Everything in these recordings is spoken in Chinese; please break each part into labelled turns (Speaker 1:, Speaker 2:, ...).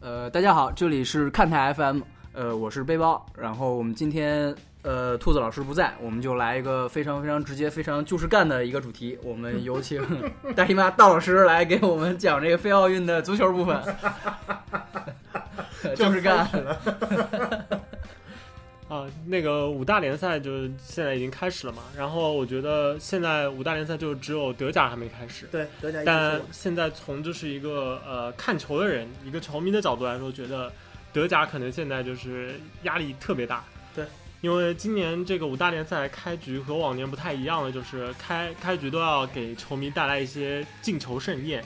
Speaker 1: 呃，大家好，这里是看台 FM，呃，我是背包。然后我们今天呃，兔子老师不在，我们就来一个非常非常直接、非常就是干的一个主题。我们有请大姨妈道老师来给我们讲这个非奥运的足球部分，就是干。
Speaker 2: 啊，那个五大联赛就是现在已经开始了嘛，然后我觉得现在五大联赛就只有德甲还没开始，
Speaker 3: 对，德甲一直
Speaker 2: 但
Speaker 3: 是我
Speaker 2: 现在从就是一个呃看球的人，一个球迷的角度来说，觉得德甲可能现在就是压力特别大，
Speaker 3: 对，
Speaker 2: 因为今年这个五大联赛开局和往年不太一样的，就是开开局都要给球迷带来一些进球盛宴，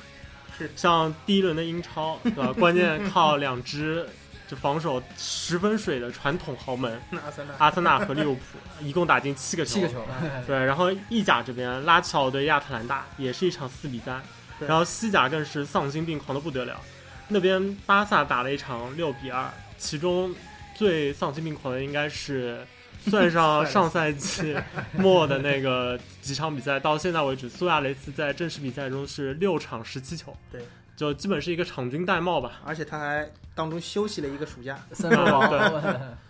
Speaker 3: 是
Speaker 2: 像第一轮的英超，对吧？关键靠两支就防守十分水的传统豪门。
Speaker 3: 那阿森纳
Speaker 2: 阿森纳和利物浦一共打进七个球，
Speaker 1: 七个球，
Speaker 2: 对，然后意甲这边拉齐奥对亚特兰大也是一场四比三，
Speaker 3: 对
Speaker 2: 然后西甲更是丧心病狂的不得了，那边巴萨打了一场六比二，其中最丧心病狂的应该是。算上上赛季末的那个几场比赛，到现在为止，苏亚雷斯在正式比赛中是六场十七球，
Speaker 3: 对，
Speaker 2: 就基本是一个场均戴帽吧。
Speaker 3: 而且他还当中休息了一个暑假，
Speaker 1: 三分王。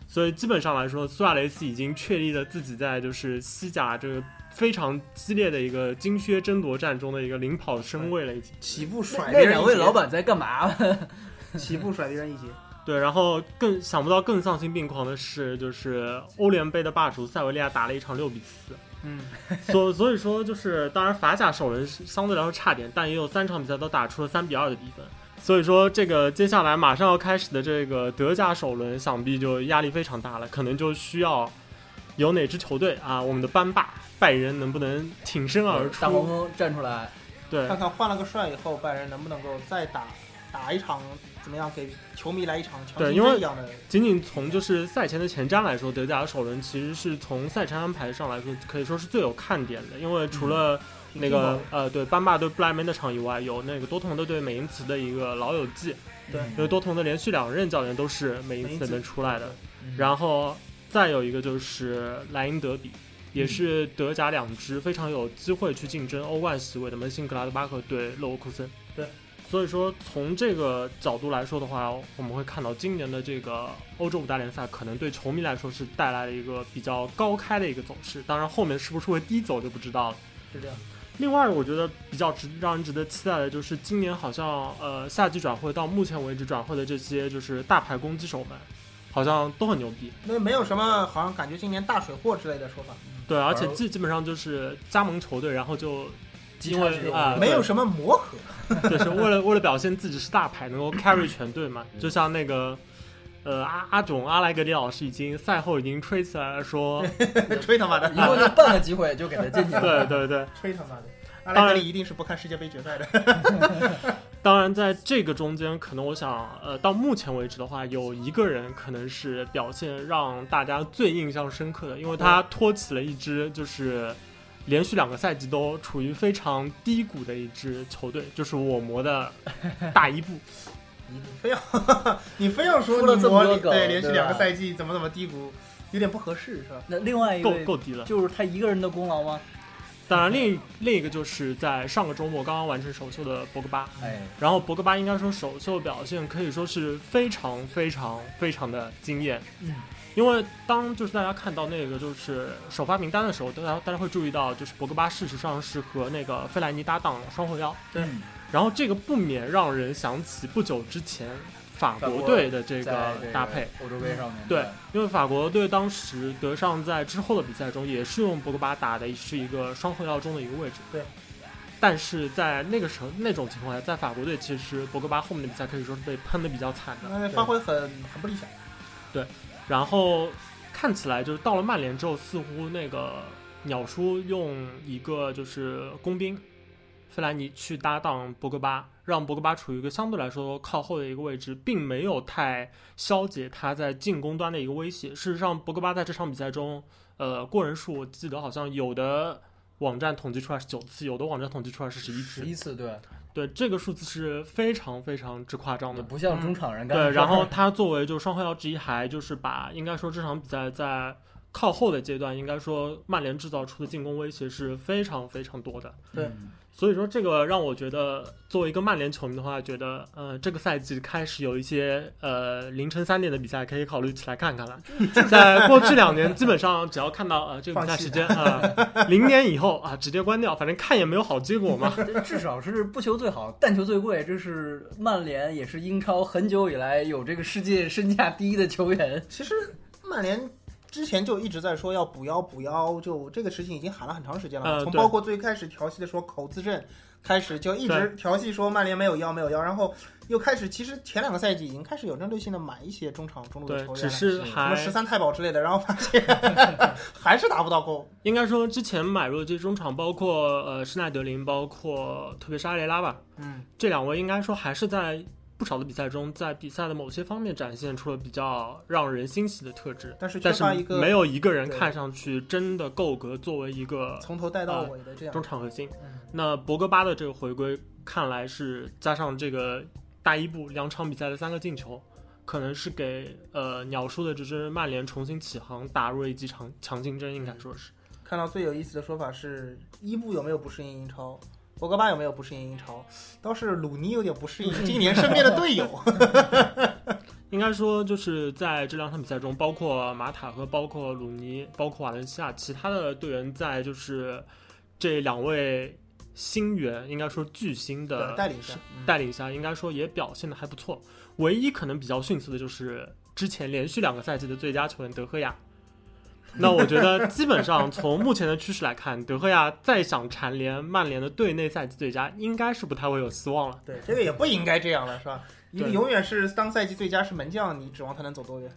Speaker 2: 所以基本上来说，苏亚雷斯已经确立了自己在就是西甲这个非常激烈的一个金靴争夺战中的一个领跑身位了，已经。
Speaker 3: 起步甩
Speaker 1: 那
Speaker 3: 别人
Speaker 1: 两位
Speaker 3: 一截
Speaker 1: 老，板在干嘛？
Speaker 3: 起步甩别人一截，
Speaker 2: 对，然后更想不到更丧心病狂的是，就是欧联杯的霸主塞维利亚打了一场六比四。
Speaker 3: 嗯，
Speaker 2: 所所以说就是，当然法甲首轮是相对来说差点，但也有三场比赛都打出了三比二的比分。所以说，这个接下来马上要开始的这个德甲首轮，想必就压力非常大了，可能就需要有哪支球队啊，我们的班霸拜仁能不能挺身而
Speaker 1: 大黄
Speaker 2: 出？
Speaker 1: 蜂站出来，
Speaker 2: 对
Speaker 3: 看看换了个帅以后，拜仁能不能够再打打一场，怎么样给球迷来一场强
Speaker 2: 对
Speaker 3: 心
Speaker 2: 因为
Speaker 3: 针一样的，
Speaker 2: 仅仅从就是赛前的前瞻来说，德甲的首轮其实是从赛程安排上来说，可以说是最有看点的，因为除了那个、呃对班霸对布莱梅那场以外，有那个多特蒙德对美因茨的一个老友记，因为多特蒙德连续两任教练都是美因茨那边出来的，
Speaker 1: 嗯
Speaker 4: 嗯
Speaker 2: 然后再有一个就是莱茵德比，也是德甲两支非常有机会去竞争欧冠席位的门兴格拉德巴赫对勒沃库森。
Speaker 3: 对，
Speaker 2: 所以说从这个角度来说的话，我们会看到今年的这个欧洲五大联赛可能对球迷来说是带来了一个比较高开的一个走势，当然后面是不是会低走就不知道了。
Speaker 3: 是这样。
Speaker 2: 另外，我觉得比较值让人值得期待的就是今年好像呃夏季转会到目前为止转会的这些就是大牌攻击手们，好像都很牛逼。
Speaker 3: 那没有什么，好像感觉今年大水货之类的说法，
Speaker 2: 对，而且
Speaker 4: 而
Speaker 2: 基基本上就是加盟球队，然后就
Speaker 1: 即
Speaker 2: 因
Speaker 1: 插
Speaker 2: 为
Speaker 1: 即用
Speaker 2: 啊，
Speaker 3: 没有什么磨合。
Speaker 2: 对，就是为了为了表现自己是大牌，能够 carry 全队嘛。
Speaker 3: 嗯
Speaker 2: 就像那个呃阿阿种阿莱格里老师已经赛后已经吹起来了 说，
Speaker 3: 吹他妈的，啊
Speaker 1: 一共就半个机会就给他进去了。
Speaker 2: 对对对。
Speaker 3: 吹他妈的！阿
Speaker 2: 当
Speaker 3: 莱
Speaker 2: 然
Speaker 3: 格里一定是不看世界杯决赛的。
Speaker 2: 当然，在这个中间，可能我想呃到目前为止的话，有一个人可能是表现让大家最印象深刻的，因为
Speaker 3: 嗯
Speaker 2: 他托起了一支就是。连续两个赛季都处于非常低谷的一支球队，就是我国的大伊布。
Speaker 3: 你非要说
Speaker 1: 出了
Speaker 3: 你
Speaker 1: 这么
Speaker 3: 磨
Speaker 1: 多
Speaker 3: 你
Speaker 1: 梗
Speaker 3: 对连续
Speaker 1: 对吧
Speaker 3: 两个赛季怎么怎么低谷，有点不合适是吧？
Speaker 1: 那另外一
Speaker 2: 够
Speaker 1: 位
Speaker 2: 够低了。
Speaker 1: 就是他一个人的功劳吗？
Speaker 2: 当然另一，另一个就是在上个周末刚刚完成首秀的博格巴，
Speaker 1: 哎，
Speaker 2: 然后博格巴应该说首秀表现可以说是非常非常非常的惊艳。
Speaker 1: 嗯，
Speaker 2: 因为当就是大家看到那个就是首发名单的时候，大家大家会注意到，就是博格巴事实上是和那个费莱尼搭档双后腰，
Speaker 1: 对，
Speaker 2: 然后这个不免让人想起不久之前法
Speaker 1: 法
Speaker 2: 国
Speaker 1: 国
Speaker 2: 队的这
Speaker 1: 这
Speaker 2: 个搭配。，
Speaker 1: 欧洲杯上面
Speaker 2: 对，因为法国队当时德尚在之后的比赛中也是用博格巴打的是一个双后腰中的一个位置。
Speaker 3: 对。
Speaker 2: 但是在那个时候那种情况下，在法国队其实博格巴后面的比赛可以说是被喷的比较惨的。
Speaker 3: 那发挥很很不理想。
Speaker 2: 然后看起来就是到了曼联之后，似乎那个鸟叔用一个就是工兵费兰尼去搭档博格巴，让博格巴处于一个相对来说靠后的一个位置，并没有太消解他在进攻端的一个威胁。事实上，博格巴在这场比赛中，呃，过人数我记得好像有的网站统计出来是九次，有的网站统计出来是十一
Speaker 1: 十
Speaker 2: 次。
Speaker 1: 一次对，
Speaker 2: 对，这个数字是非常非常之夸张
Speaker 1: 也
Speaker 2: 的。
Speaker 1: 不像中场人干的
Speaker 2: 对，
Speaker 1: 事儿
Speaker 2: 然后他作为就是双后腰之一，还就是把应该说这场比赛在靠后的阶段，应该说曼联制造出的进攻威胁是非常非常多的。
Speaker 3: 对
Speaker 1: 嗯
Speaker 2: 所以说这个让我觉得，作为一个曼联球迷的话，觉得呃这个赛季开始有一些呃凌晨三点的比赛可以考虑起来看看 了。在过去两年，基本上只要看到呃这个比赛时间啊，零、点以后啊、直接关掉，反正看也没有好结果 嘛。
Speaker 1: 至少是不求最好，但求最贵。这是曼联，也是英超很久以来有这个世界身价第一的球员。
Speaker 3: 其实曼联之前就一直在说要补腰补腰，就这个事情已经喊了很长时间了。
Speaker 2: 呃
Speaker 3: 从
Speaker 2: 对
Speaker 3: 包括最开始调戏的说口字阵开始，就一直调戏说曼联没有腰没有腰，然后又开始，其实前两个赛季已经开始有针对性的买一些中场中路的
Speaker 2: 对，
Speaker 3: 球员
Speaker 2: 只
Speaker 3: 了，什
Speaker 2: 是
Speaker 3: 么
Speaker 2: 还
Speaker 3: 十三太保之类的，然后发现还是达不到够。
Speaker 2: 应该说之前买入的这些中场，包括呃施耐德林，包括特别是阿雷拉吧，
Speaker 3: 嗯，
Speaker 2: 这两位应该说还是在不少的比赛中，在比赛的某些方面展现出了比较让人欣喜的特质，
Speaker 3: 但是缺
Speaker 2: 但是
Speaker 3: 乏一个
Speaker 2: 没有一个人
Speaker 3: 对
Speaker 2: 看上去真的够格作为一个
Speaker 3: 从头带到尾的这样。
Speaker 2: 中场核心。
Speaker 3: 嗯
Speaker 2: 那博格巴的这个回归，看来是加上这个大伊布两场比赛的三个进球，可能是给呃鸟叔的这支曼联重新起航打入了一记强强竞争，应该说是。
Speaker 3: 看到最有意思的说法是，伊布有没有不适应英超？博格巴有没有不适应英超？倒是鲁尼有点不适应今年身边的队友。
Speaker 2: 应该说，就是在这两场比赛中，包括马塔和包括鲁尼，包括瓦伦西亚，其他的队员在就是这两位新援，应该说巨星的
Speaker 3: 对带领下，嗯
Speaker 2: 带领下，应该说也表现的还不错。唯一可能比较逊色的就是之前连续两个赛季的最佳球员德赫亚。那我觉得基本 上从目前的趋势来看，德赫亚再想蝉联曼联的队内赛季最佳，应该是不太会有希望了。
Speaker 3: 对，这个也不应该这样了，是吧？
Speaker 2: 对
Speaker 3: 因为永远是当赛季最佳是门将，你指望他能走多远？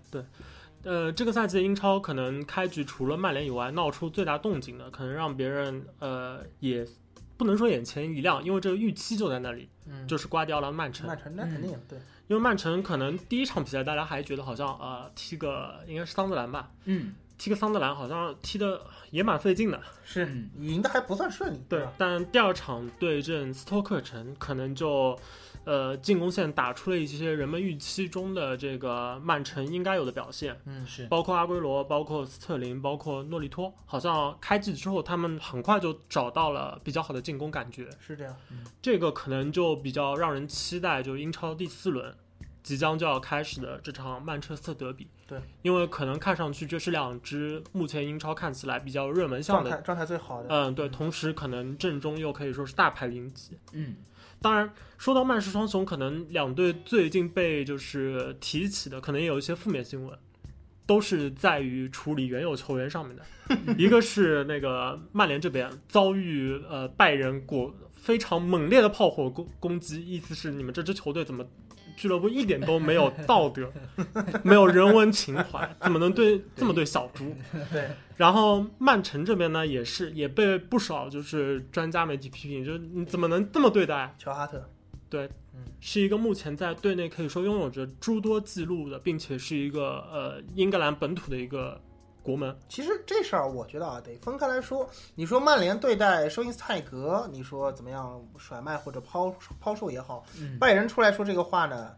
Speaker 2: 呃，这个赛季的英超可能开局除了曼联以外闹出最大动静的，可能让别人呃也不能说眼前一亮，因为这个预期就在那里，
Speaker 3: 嗯
Speaker 2: 就是嗯瓜迪奥拉曼城。
Speaker 3: 曼城那肯定对，
Speaker 2: 因为曼城可能第一场比赛大家还觉得好像呃踢个应该是桑德兰吧，
Speaker 1: 嗯，
Speaker 2: 踢个桑德兰好像踢的也蛮费劲的。
Speaker 3: 是
Speaker 1: 嗯
Speaker 3: 赢的还不算顺利，
Speaker 2: 对
Speaker 3: 吧？，
Speaker 2: 但第二场对阵斯托克城，可能就，呃，进攻线打出了一些人们预期中的这个曼城应该有的表现，
Speaker 3: 嗯，是
Speaker 2: 包括阿圭罗，包括斯特林，包括诺利托，好像开季之后他们很快就找到了比较好的进攻感觉，
Speaker 3: 是这样。
Speaker 2: 这个可能就比较让人期待，就英超第四轮即将就要开始的这场曼彻斯特德比。
Speaker 3: 对，
Speaker 2: 因为可能看上去这是两支目前英超看起来比较热门项
Speaker 3: 状
Speaker 2: 的
Speaker 3: 态状态最好的，
Speaker 2: 嗯，对，同时可能阵中又可以说是大牌云集。
Speaker 1: 嗯，
Speaker 2: 当然，说到曼市双雄，可能两队最近被就是提起的，可能也有一些负面新闻，都是在于处理原有球员上面的。一个是那个曼联这边遭遇呃拜仁果非常猛烈的炮火攻攻击，意思是你们这支球队怎么俱乐部一点都没有道德，没有人文情怀，怎么能对这么对小猪？
Speaker 3: 对，
Speaker 2: 然后曼城这边呢，也是也被不少就是专家媒体批评，就是你怎么能这么对待？啊
Speaker 3: 乔哈特，
Speaker 2: 是一个目前在队内可以说拥有着诸多记录的，并且是一个呃英格兰本土的一个国门。
Speaker 3: 其实这事儿我觉得啊，得分开来说。你说曼联对待收因斯泰格，你说怎么样甩卖或者抛抛售也好，
Speaker 1: 嗯
Speaker 3: 拜仁出来说这个话呢，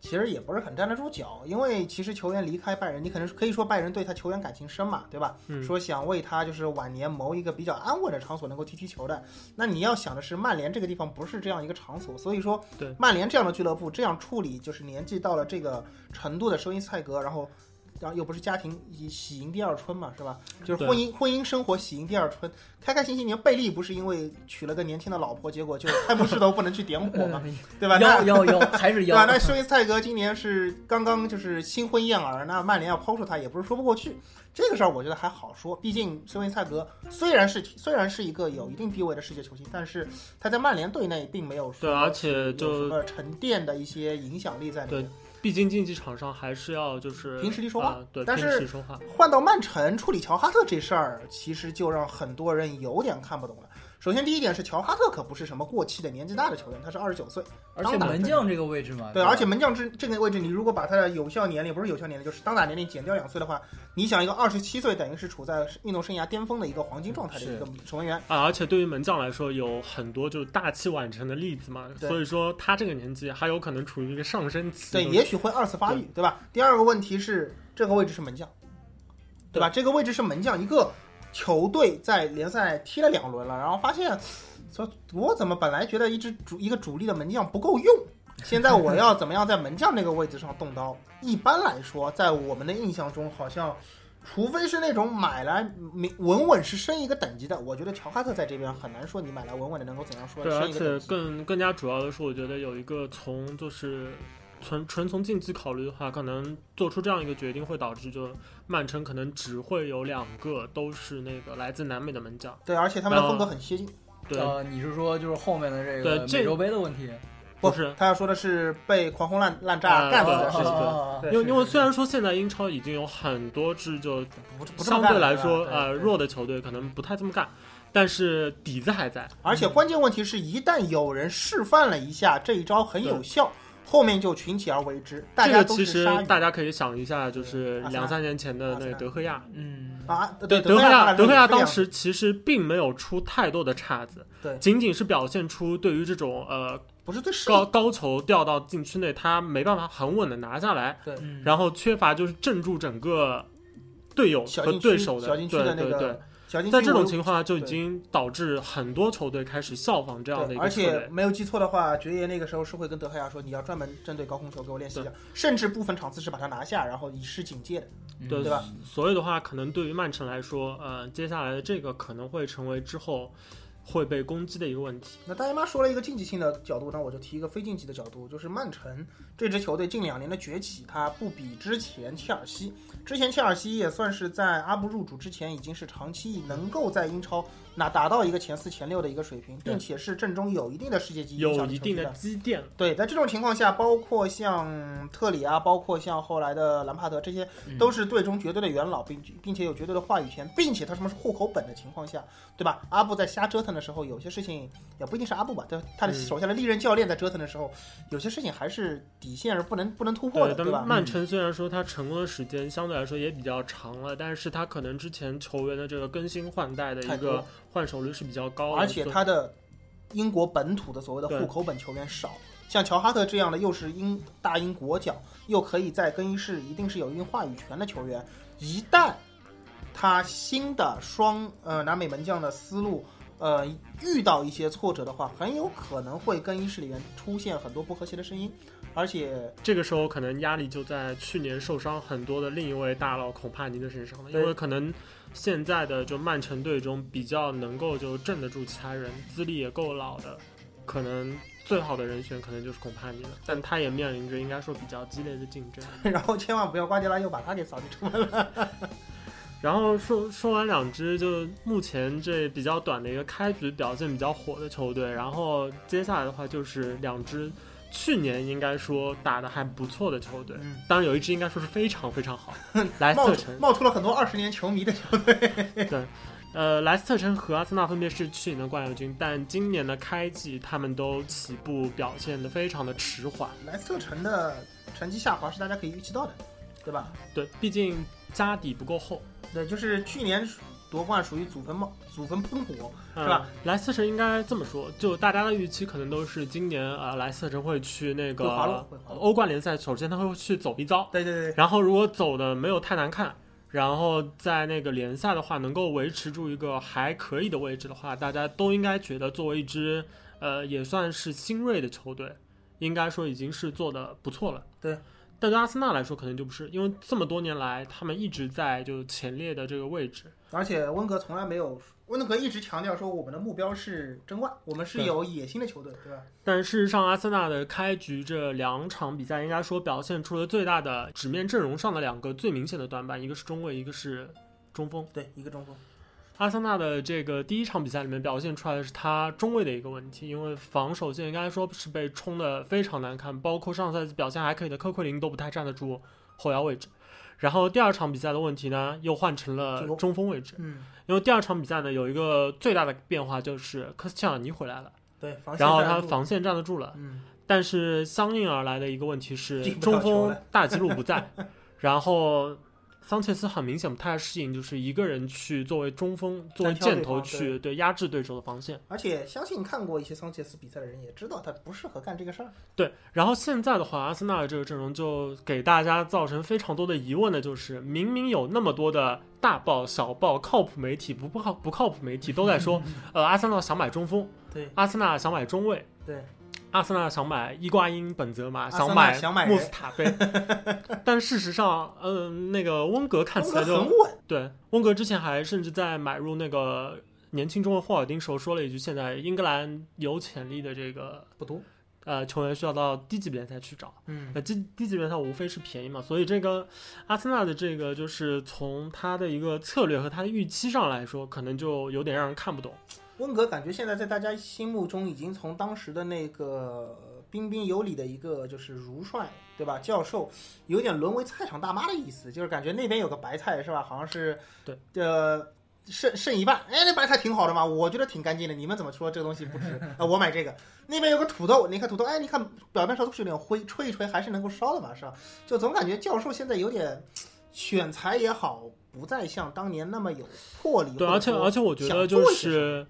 Speaker 3: 其实也不是很站得住脚，因为其实球员离开拜仁，你可能是可以说拜仁对他球员感情深嘛，对吧？
Speaker 2: 嗯，
Speaker 3: 说想为他就是晚年谋一个比较安稳的场所能够踢踢球的，那你要想的是曼联这个地方不是这样一个场所，所以说
Speaker 2: 对
Speaker 3: 曼联这样的俱乐部这样处理就是年纪到了这个程度的收因斯泰格，然后。然后又不是家庭喜喜迎第二春嘛，是吧？就是
Speaker 2: 对
Speaker 3: 婚姻婚姻生活喜迎第二春，开开心心。你看贝利不是因为娶了个年轻的老婆，结果就开幕式都不能去点火嘛，对吧？那
Speaker 1: 呃腰腰腰还是
Speaker 3: 对
Speaker 1: 腰
Speaker 3: 吧？，那施维斯泰格今年是刚刚就是新婚燕尔，那曼联要抛出他也不是说不过去。这个事儿我觉得还好说，毕竟施维斯泰格虽然是虽然是一个有一定地位的世界球星，但是他在曼联队内并没有说
Speaker 2: 对，而且
Speaker 3: 有什
Speaker 2: 就
Speaker 3: 么沉淀的一些影响力在里面。
Speaker 2: 毕竟竞技场上还是要就是
Speaker 3: 凭实力说话
Speaker 2: 啊对，
Speaker 3: 但
Speaker 2: 凭
Speaker 3: 是
Speaker 2: 实力说话。
Speaker 3: 换到曼城处理乔哈特这事儿，其实就让很多人有点看不懂了。首先，第一点是乔哈特可不是什么过气的年纪大的球员，他是二十九岁，
Speaker 1: 而且门将这个位置嘛，
Speaker 3: 对，
Speaker 1: 吧
Speaker 3: 而且门将这这个位置，你如果把他的有效年龄，不是有效年龄，就是当打年龄减掉两岁的话，你想一个二十七岁，等于是处在运动生涯巅峰的一个黄金状态的一个守门员，
Speaker 2: 啊，而且对于门将来说，有很多就是大器晚成的例子嘛，
Speaker 3: 对
Speaker 2: 所以说他这个年纪还有可能处于一个上升期。
Speaker 3: 对，也许会二次发育，对吧？第二个问题是这个位置是门将，对吧？这个位置是门将，一个球队在联赛踢了两轮了，然后发现所以我怎么本来觉得一支主一个主力的门将不够用，现在我要怎么样在门将这个位置上动刀？一般来说，在我们的印象中，好像除非是那种买来明稳稳是升一个等级的，我觉得乔哈特在这边很难说你买来稳稳的能够怎样说
Speaker 2: 对，
Speaker 3: 升
Speaker 2: 而
Speaker 3: 一个等
Speaker 2: 且
Speaker 3: 级。
Speaker 2: 更更加主要的是，我觉得有一个从就是纯纯从竞技考虑的话，可能做出这样一个决定会导致就曼城可能只会有两个都是那个来自南美的门将。
Speaker 3: 对，而且他们的
Speaker 2: 然后
Speaker 3: 风格很接近。
Speaker 2: 对，
Speaker 4: 呃，你是说就是后面的这
Speaker 2: 对
Speaker 4: 个
Speaker 2: 这
Speaker 4: 美洲杯的问题？
Speaker 3: 不
Speaker 2: 不是
Speaker 3: 他要说的是被狂轰滥滥
Speaker 2: 呃
Speaker 3: 炸干死
Speaker 2: 对
Speaker 3: 的事
Speaker 2: 是
Speaker 3: 情。
Speaker 4: 啊
Speaker 3: 对
Speaker 2: 因为
Speaker 3: 是
Speaker 2: 因为虽然说现在英超已经有很多支就
Speaker 3: 不不这么
Speaker 2: 相
Speaker 3: 干
Speaker 2: 对
Speaker 3: 了
Speaker 2: 来
Speaker 3: 吧
Speaker 2: 说
Speaker 3: 对
Speaker 2: 呃
Speaker 3: 对
Speaker 2: 弱的球队可能不太这么干，但是底子还在。
Speaker 3: 而且关键问题是一旦有人示范了一下这一招很有效，后面就群起而为之，大
Speaker 2: 这
Speaker 3: 家
Speaker 2: 个
Speaker 3: 都
Speaker 2: 其
Speaker 3: 是
Speaker 2: 实
Speaker 3: 鲨鱼
Speaker 2: 大家可以想一下，就是
Speaker 3: 阿森纳
Speaker 2: 两三年前的那个德赫亚，
Speaker 4: 嗯，
Speaker 3: 啊，
Speaker 2: 对
Speaker 3: 德
Speaker 2: 赫
Speaker 3: 亚，
Speaker 2: 德
Speaker 3: 赫
Speaker 2: 赫
Speaker 3: 亚
Speaker 2: 亚
Speaker 3: 是这样
Speaker 2: 当时其实并没有出太多的岔子，
Speaker 3: 对
Speaker 2: 仅仅是表现出对于这种呃
Speaker 3: 不是最适
Speaker 2: 高
Speaker 3: 应，
Speaker 2: 高球掉到禁区内，他没办法很稳的拿下来，
Speaker 4: 嗯
Speaker 2: 然后缺乏就是镇住整个队友
Speaker 3: 小
Speaker 2: 和
Speaker 3: 禁区
Speaker 2: 对手的，
Speaker 3: 小禁区
Speaker 2: 对
Speaker 3: 的那
Speaker 2: 对
Speaker 3: 个
Speaker 2: 对，
Speaker 3: 小金
Speaker 2: 在这种情况下就已经导致很多球队开始效仿这样的
Speaker 3: 对，
Speaker 2: 一个
Speaker 3: 而
Speaker 2: 策
Speaker 3: 且
Speaker 2: 略。
Speaker 3: 没有记错的话，爵爷那个时候是会跟德赫亚说，你要专门针对高空球给我练习一下，甚至部分场次是把它拿下，然后以示警戒的。
Speaker 2: 对
Speaker 3: 对吧
Speaker 2: 所以的话，可能对于曼城来说，呃，接下来的这个可能会成为之后会被攻击的一个问题。
Speaker 3: 那大姨妈说了一个竞技性的角度，那我就提一个非竞技的角度，就是曼城这支球队近两年的崛起，它不比之前切尔西。之前切尔西也算是在阿布入主之前，已经是长期能够在英超那达到一个前四、前六的一个水平，
Speaker 2: 对
Speaker 3: 并且是阵中有一定的世界级影
Speaker 2: 有
Speaker 3: 响
Speaker 2: 一
Speaker 3: 球
Speaker 2: 定
Speaker 3: 队
Speaker 2: 的
Speaker 3: 的。
Speaker 2: 积淀，
Speaker 3: 对，在这种情况下，包括像特里啊，包括像后来的兰帕德，这些
Speaker 2: 嗯
Speaker 3: 都是队中绝对的元老，并并且有绝对的话语权，并且他什么是户口本的情况下，对吧？阿布在瞎折腾的时候，有些事情也不一定是阿布吧，他他的
Speaker 2: 嗯
Speaker 3: 手下的历任教练在折腾的时候，有些事情还是底线是不能不能突破
Speaker 2: 对
Speaker 3: 的，，对吧
Speaker 2: 但？曼城虽然说它成功的时间相对来说也比较长了，但是它可能之前球员的这个更新换代的
Speaker 3: 太
Speaker 2: 一
Speaker 3: 多
Speaker 2: 个换手率哦是比较高的，
Speaker 3: 而且
Speaker 2: 所以
Speaker 3: 他的英国本土的所谓的户口本球员少，像乔哈特这样的又是英大英国脚，又可以在更衣室一定是有一定话语权的球员，一旦他新的双呃南美门将的思路。呃，遇到一些挫折的话，很有可能会更衣室里面出现很多不和谐的声音，而且
Speaker 2: 这个时候可能压力就在去年受伤很多的另一位大佬孔帕尼的身上了，因
Speaker 3: 对
Speaker 2: 为可能现在的就曼城队中比较能够就镇得住其他人，资历也够老的，可能最好的人选可能就是孔帕尼了，但他也面临着应该说比较激烈的竞争。
Speaker 3: 然后千万不要瓜迪拉又把他给扫地出门了。
Speaker 2: 然后说说完两支，就目前这比较短的一个开局表现比较火的球队，然后接下来的话就是两支去年应该说打得还不错的球队，
Speaker 3: 嗯，
Speaker 2: 当然有一支应该说是非常非常好，莱斯
Speaker 3: 冒
Speaker 2: 特
Speaker 3: 出
Speaker 2: 城。
Speaker 3: 冒出了很多二十年球迷的
Speaker 2: 呃，莱斯特城和阿森纳分别是去年的冠军，但今年的开季他们都起步表现得非常的迟缓。
Speaker 3: 莱斯特城的成绩下滑是大家可以预期到的，对吧？
Speaker 2: 对，毕竟家底不够厚，
Speaker 3: 对，就是去年夺冠属于祖坟冒祖坟喷火，
Speaker 2: 嗯
Speaker 3: 是吧？
Speaker 2: 莱斯特城应该这么说，就大家的预期可能都是今年呃，莱斯特城会去那
Speaker 3: 会滑落
Speaker 2: 个
Speaker 3: 会滑落
Speaker 2: 欧冠联赛，首先他会去走一遭，
Speaker 3: 对对对，
Speaker 2: 然后如果走的没有太难看，然后在那个联赛的话能够维持住一个还可以的位置的话，大家都应该觉得作为一支呃也算是新锐的球队，应该说已经是做的不错了。
Speaker 3: 对。
Speaker 2: 但对阿森纳来说，可能就不是，因为这么多年来，他们一直在就前列的这个位置，
Speaker 3: 而且温格从来没有，温格一直强调说我们的目标是争冠，我们是
Speaker 2: 对
Speaker 3: 有野心的球队，对吧？
Speaker 2: 但事实上，阿森纳的开局这两场比赛，应该说表现出了最大的纸面阵容上的两个最明显的短板，一个是中卫，一个是中锋。
Speaker 3: 对，一个中锋，
Speaker 2: 阿森纳的这个第一场比赛里面表现出来的是他中卫的一个问题，因为防守线应该说是被冲得非常难看，包括上赛季表现还可以的科奎林都不太站得住后腰位置。然后第二场比赛的问题呢，又换成了
Speaker 3: 中锋
Speaker 2: 中锋位置，
Speaker 3: 嗯，
Speaker 2: 因为第二场比赛呢有一个最大的变化就是科斯切尔尼回来了，
Speaker 3: 对，防线
Speaker 2: 然后
Speaker 3: 站
Speaker 2: 他
Speaker 3: 得住，
Speaker 2: 防线站得住了。
Speaker 3: 嗯，
Speaker 2: 但是相应而来的一个问题是
Speaker 3: 进不了
Speaker 2: 中
Speaker 3: 球
Speaker 2: 锋
Speaker 3: 了
Speaker 2: 大吉鲁不在，然后桑切斯很明显不太适应，就是一个人去作为中锋、作为
Speaker 3: 单挑
Speaker 2: 箭
Speaker 3: 对
Speaker 2: 头
Speaker 3: 方
Speaker 2: 去对压制对手的防线。
Speaker 3: 而且相信看过一些桑切斯比赛的人也知道他不适合干这个事儿。
Speaker 2: 对，然后现在的话，阿森纳的这个阵容就给大家造成非常多的疑问的，就是明明有那么多的大报、小报、靠谱媒体、不不靠不靠谱媒体都在说，呃，阿森纳想买中锋，
Speaker 3: 对
Speaker 2: 阿森纳想买中卫，
Speaker 3: 对，
Speaker 2: 阿森纳想买伊瓜因、本泽马，
Speaker 3: 阿森纳
Speaker 2: 买
Speaker 3: 想买人
Speaker 2: 穆斯塔 贝，但事实上，嗯、那个温格看
Speaker 3: 风
Speaker 2: 起
Speaker 3: 格
Speaker 2: 来就
Speaker 3: 很稳，
Speaker 2: 对，温格之前还甚至在买入那个年轻中卫霍尔丁时候说了一句，现在英格兰有潜力的这个
Speaker 3: 不多。
Speaker 2: 呃球员需要到低级别联赛去找。呃
Speaker 3: 嗯，
Speaker 2: 那低低级别它无非是便宜嘛，所以这个阿森纳的这个就是从他的一个策略和他的预期上来说，可能就有点让人看不懂。
Speaker 3: 温格感觉现在在大家心目中已经从当时的那个呃彬彬有礼的一个就是儒帅，对吧？教授有点沦为菜场大妈的意思，就是感觉那边有个白菜是吧？好像是
Speaker 2: 对
Speaker 3: 呃。剩剩一半，哎，那白菜挺好的嘛，我觉得挺干净的。你们怎么说这个东西不值啊、我买这个。那边有个土豆，你看土豆，哎，你看表面上都是有点灰，吹一吹还是能够烧的嘛，是吧？就总感觉教授现在有点选材也好，不再像当年那么有魄力。
Speaker 2: 对，
Speaker 3: 或者
Speaker 2: 而且
Speaker 3: 说
Speaker 2: 而且我觉
Speaker 3: 想
Speaker 2: 得
Speaker 3: 做
Speaker 2: 就
Speaker 3: 一些什
Speaker 2: 是，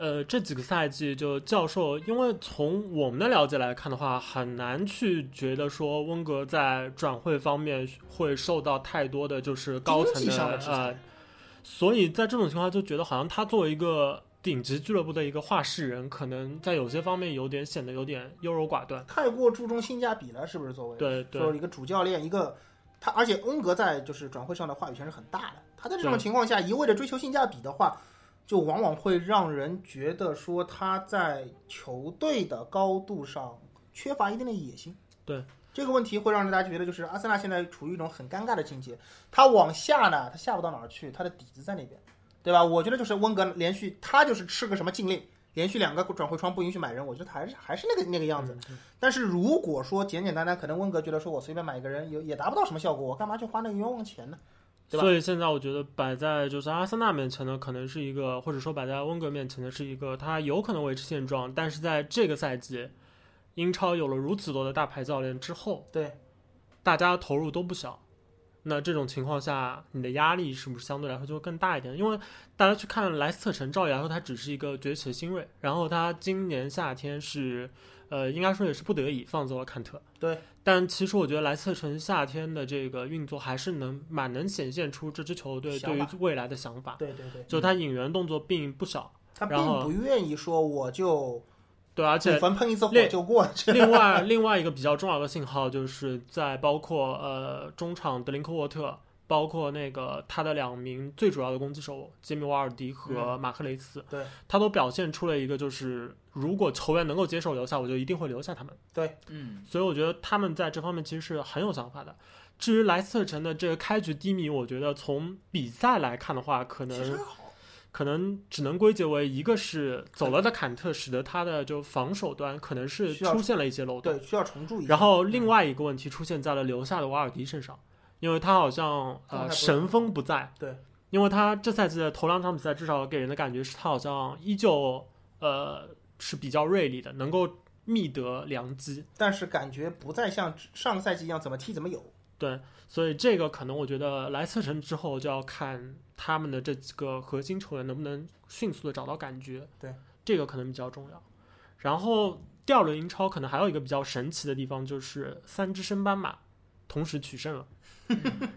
Speaker 2: 呃，这几个赛季就教授，因为从我们的了解来看的话，很难去觉得说温格在转会方面会受到太多的就是高
Speaker 3: 经
Speaker 2: 层
Speaker 3: 济上的制裁
Speaker 2: 呃，所以在这种情况下就觉得好像他作为一个顶级俱乐部的一个话事人，可能在有些方面有点显得有点优柔寡断。
Speaker 3: 太过注重性价比了，是不是？作为
Speaker 2: 对对
Speaker 3: 作为一个主教练，一个他，而且温格在就是转会上的话语权是很大的。他在这种
Speaker 2: 对
Speaker 3: 情况下一味的追求性价比的话，就往往会让人觉得说他在球队的高度上缺乏一定的野心。
Speaker 2: 对
Speaker 3: 这个问题会让大家觉得，就是阿森纳现在处于一种很尴尬的境界。他往下呢，他下不到哪儿去，他的底子在那边，对吧？我觉得就是温格连续他就是吃个什么禁令，连续两个转会窗不允许买人，我觉得他还是还是那个那个样子。但是如果说简简单单，可能温格觉得说我随便买一个人也也达不到什么效果，我干嘛去花那个冤枉钱呢？对吧
Speaker 2: 所以现在我觉得摆在就是阿森纳面前呢，可能是一个，或者说摆在温格面前的是一个，他有可能维持现状，但是在这个赛季，英超有了如此多的大牌教练之后，
Speaker 3: 对，
Speaker 2: 大家投入都不小。那这种情况下，你的压力是不是相对来说就会更大一点？因为大家去看莱斯特城，照理来说它只是一个崛起的新锐，然后他今年夏天是，呃，应该说也是不得已放走了坎特。
Speaker 3: 对，
Speaker 2: 但其实我觉得莱斯特城夏天的这个运作还是能蛮能显现出这支球队
Speaker 3: 想
Speaker 2: 对于
Speaker 3: 法嗯
Speaker 2: 未来的想法，
Speaker 3: 对对对，
Speaker 2: 就他引援动作并不少。
Speaker 3: 他并
Speaker 2: 啊然后
Speaker 3: 不愿意说我就
Speaker 2: 对，而
Speaker 3: 祖
Speaker 2: 且
Speaker 3: 坟喷一次火
Speaker 2: 另
Speaker 3: 就过，
Speaker 2: 另外另外一个比较重要的信号，就是在包括呃中场德林科沃特，包括那个他的两名最主要的攻击手杰米瓦尔迪和马克雷斯，
Speaker 3: 嗯对
Speaker 2: 他都表现出了一个就是如果球员能够接受留下，我就一定会留下他们。
Speaker 1: 嗯，
Speaker 2: 所以我觉得他们在这方面其实是很有想法的。至于莱斯特城的这个开局低迷，我觉得从比赛来看的话，可
Speaker 3: 其实
Speaker 2: 能
Speaker 3: 还好。
Speaker 2: 可能只能归结为一个是走了的坎特，使得他的就防守端可能是
Speaker 3: 需要
Speaker 2: 出现了一些漏洞。
Speaker 3: 对，需要重注一下。
Speaker 2: 然后另外一个问题出现在了留下的瓦尔迪身上，因为他好像
Speaker 3: 状态
Speaker 2: 呃
Speaker 3: 不是
Speaker 2: 神风不在。
Speaker 3: 对，
Speaker 2: 因为他这赛季的头两场比赛，至少给人的感觉是他好像依旧呃是比较锐利的，能够觅得良机。
Speaker 3: 但是感觉不再像上个赛季一样怎么踢怎么有。
Speaker 2: 所以这个可能我觉得莱斯特城之后就要看他们的这几个核心球员能不能迅速的找到感觉。
Speaker 3: 对，
Speaker 2: 这个可能比较重要。然后第二轮英超可能还有一个比较神奇的地方，就是三只升班马同时取胜了。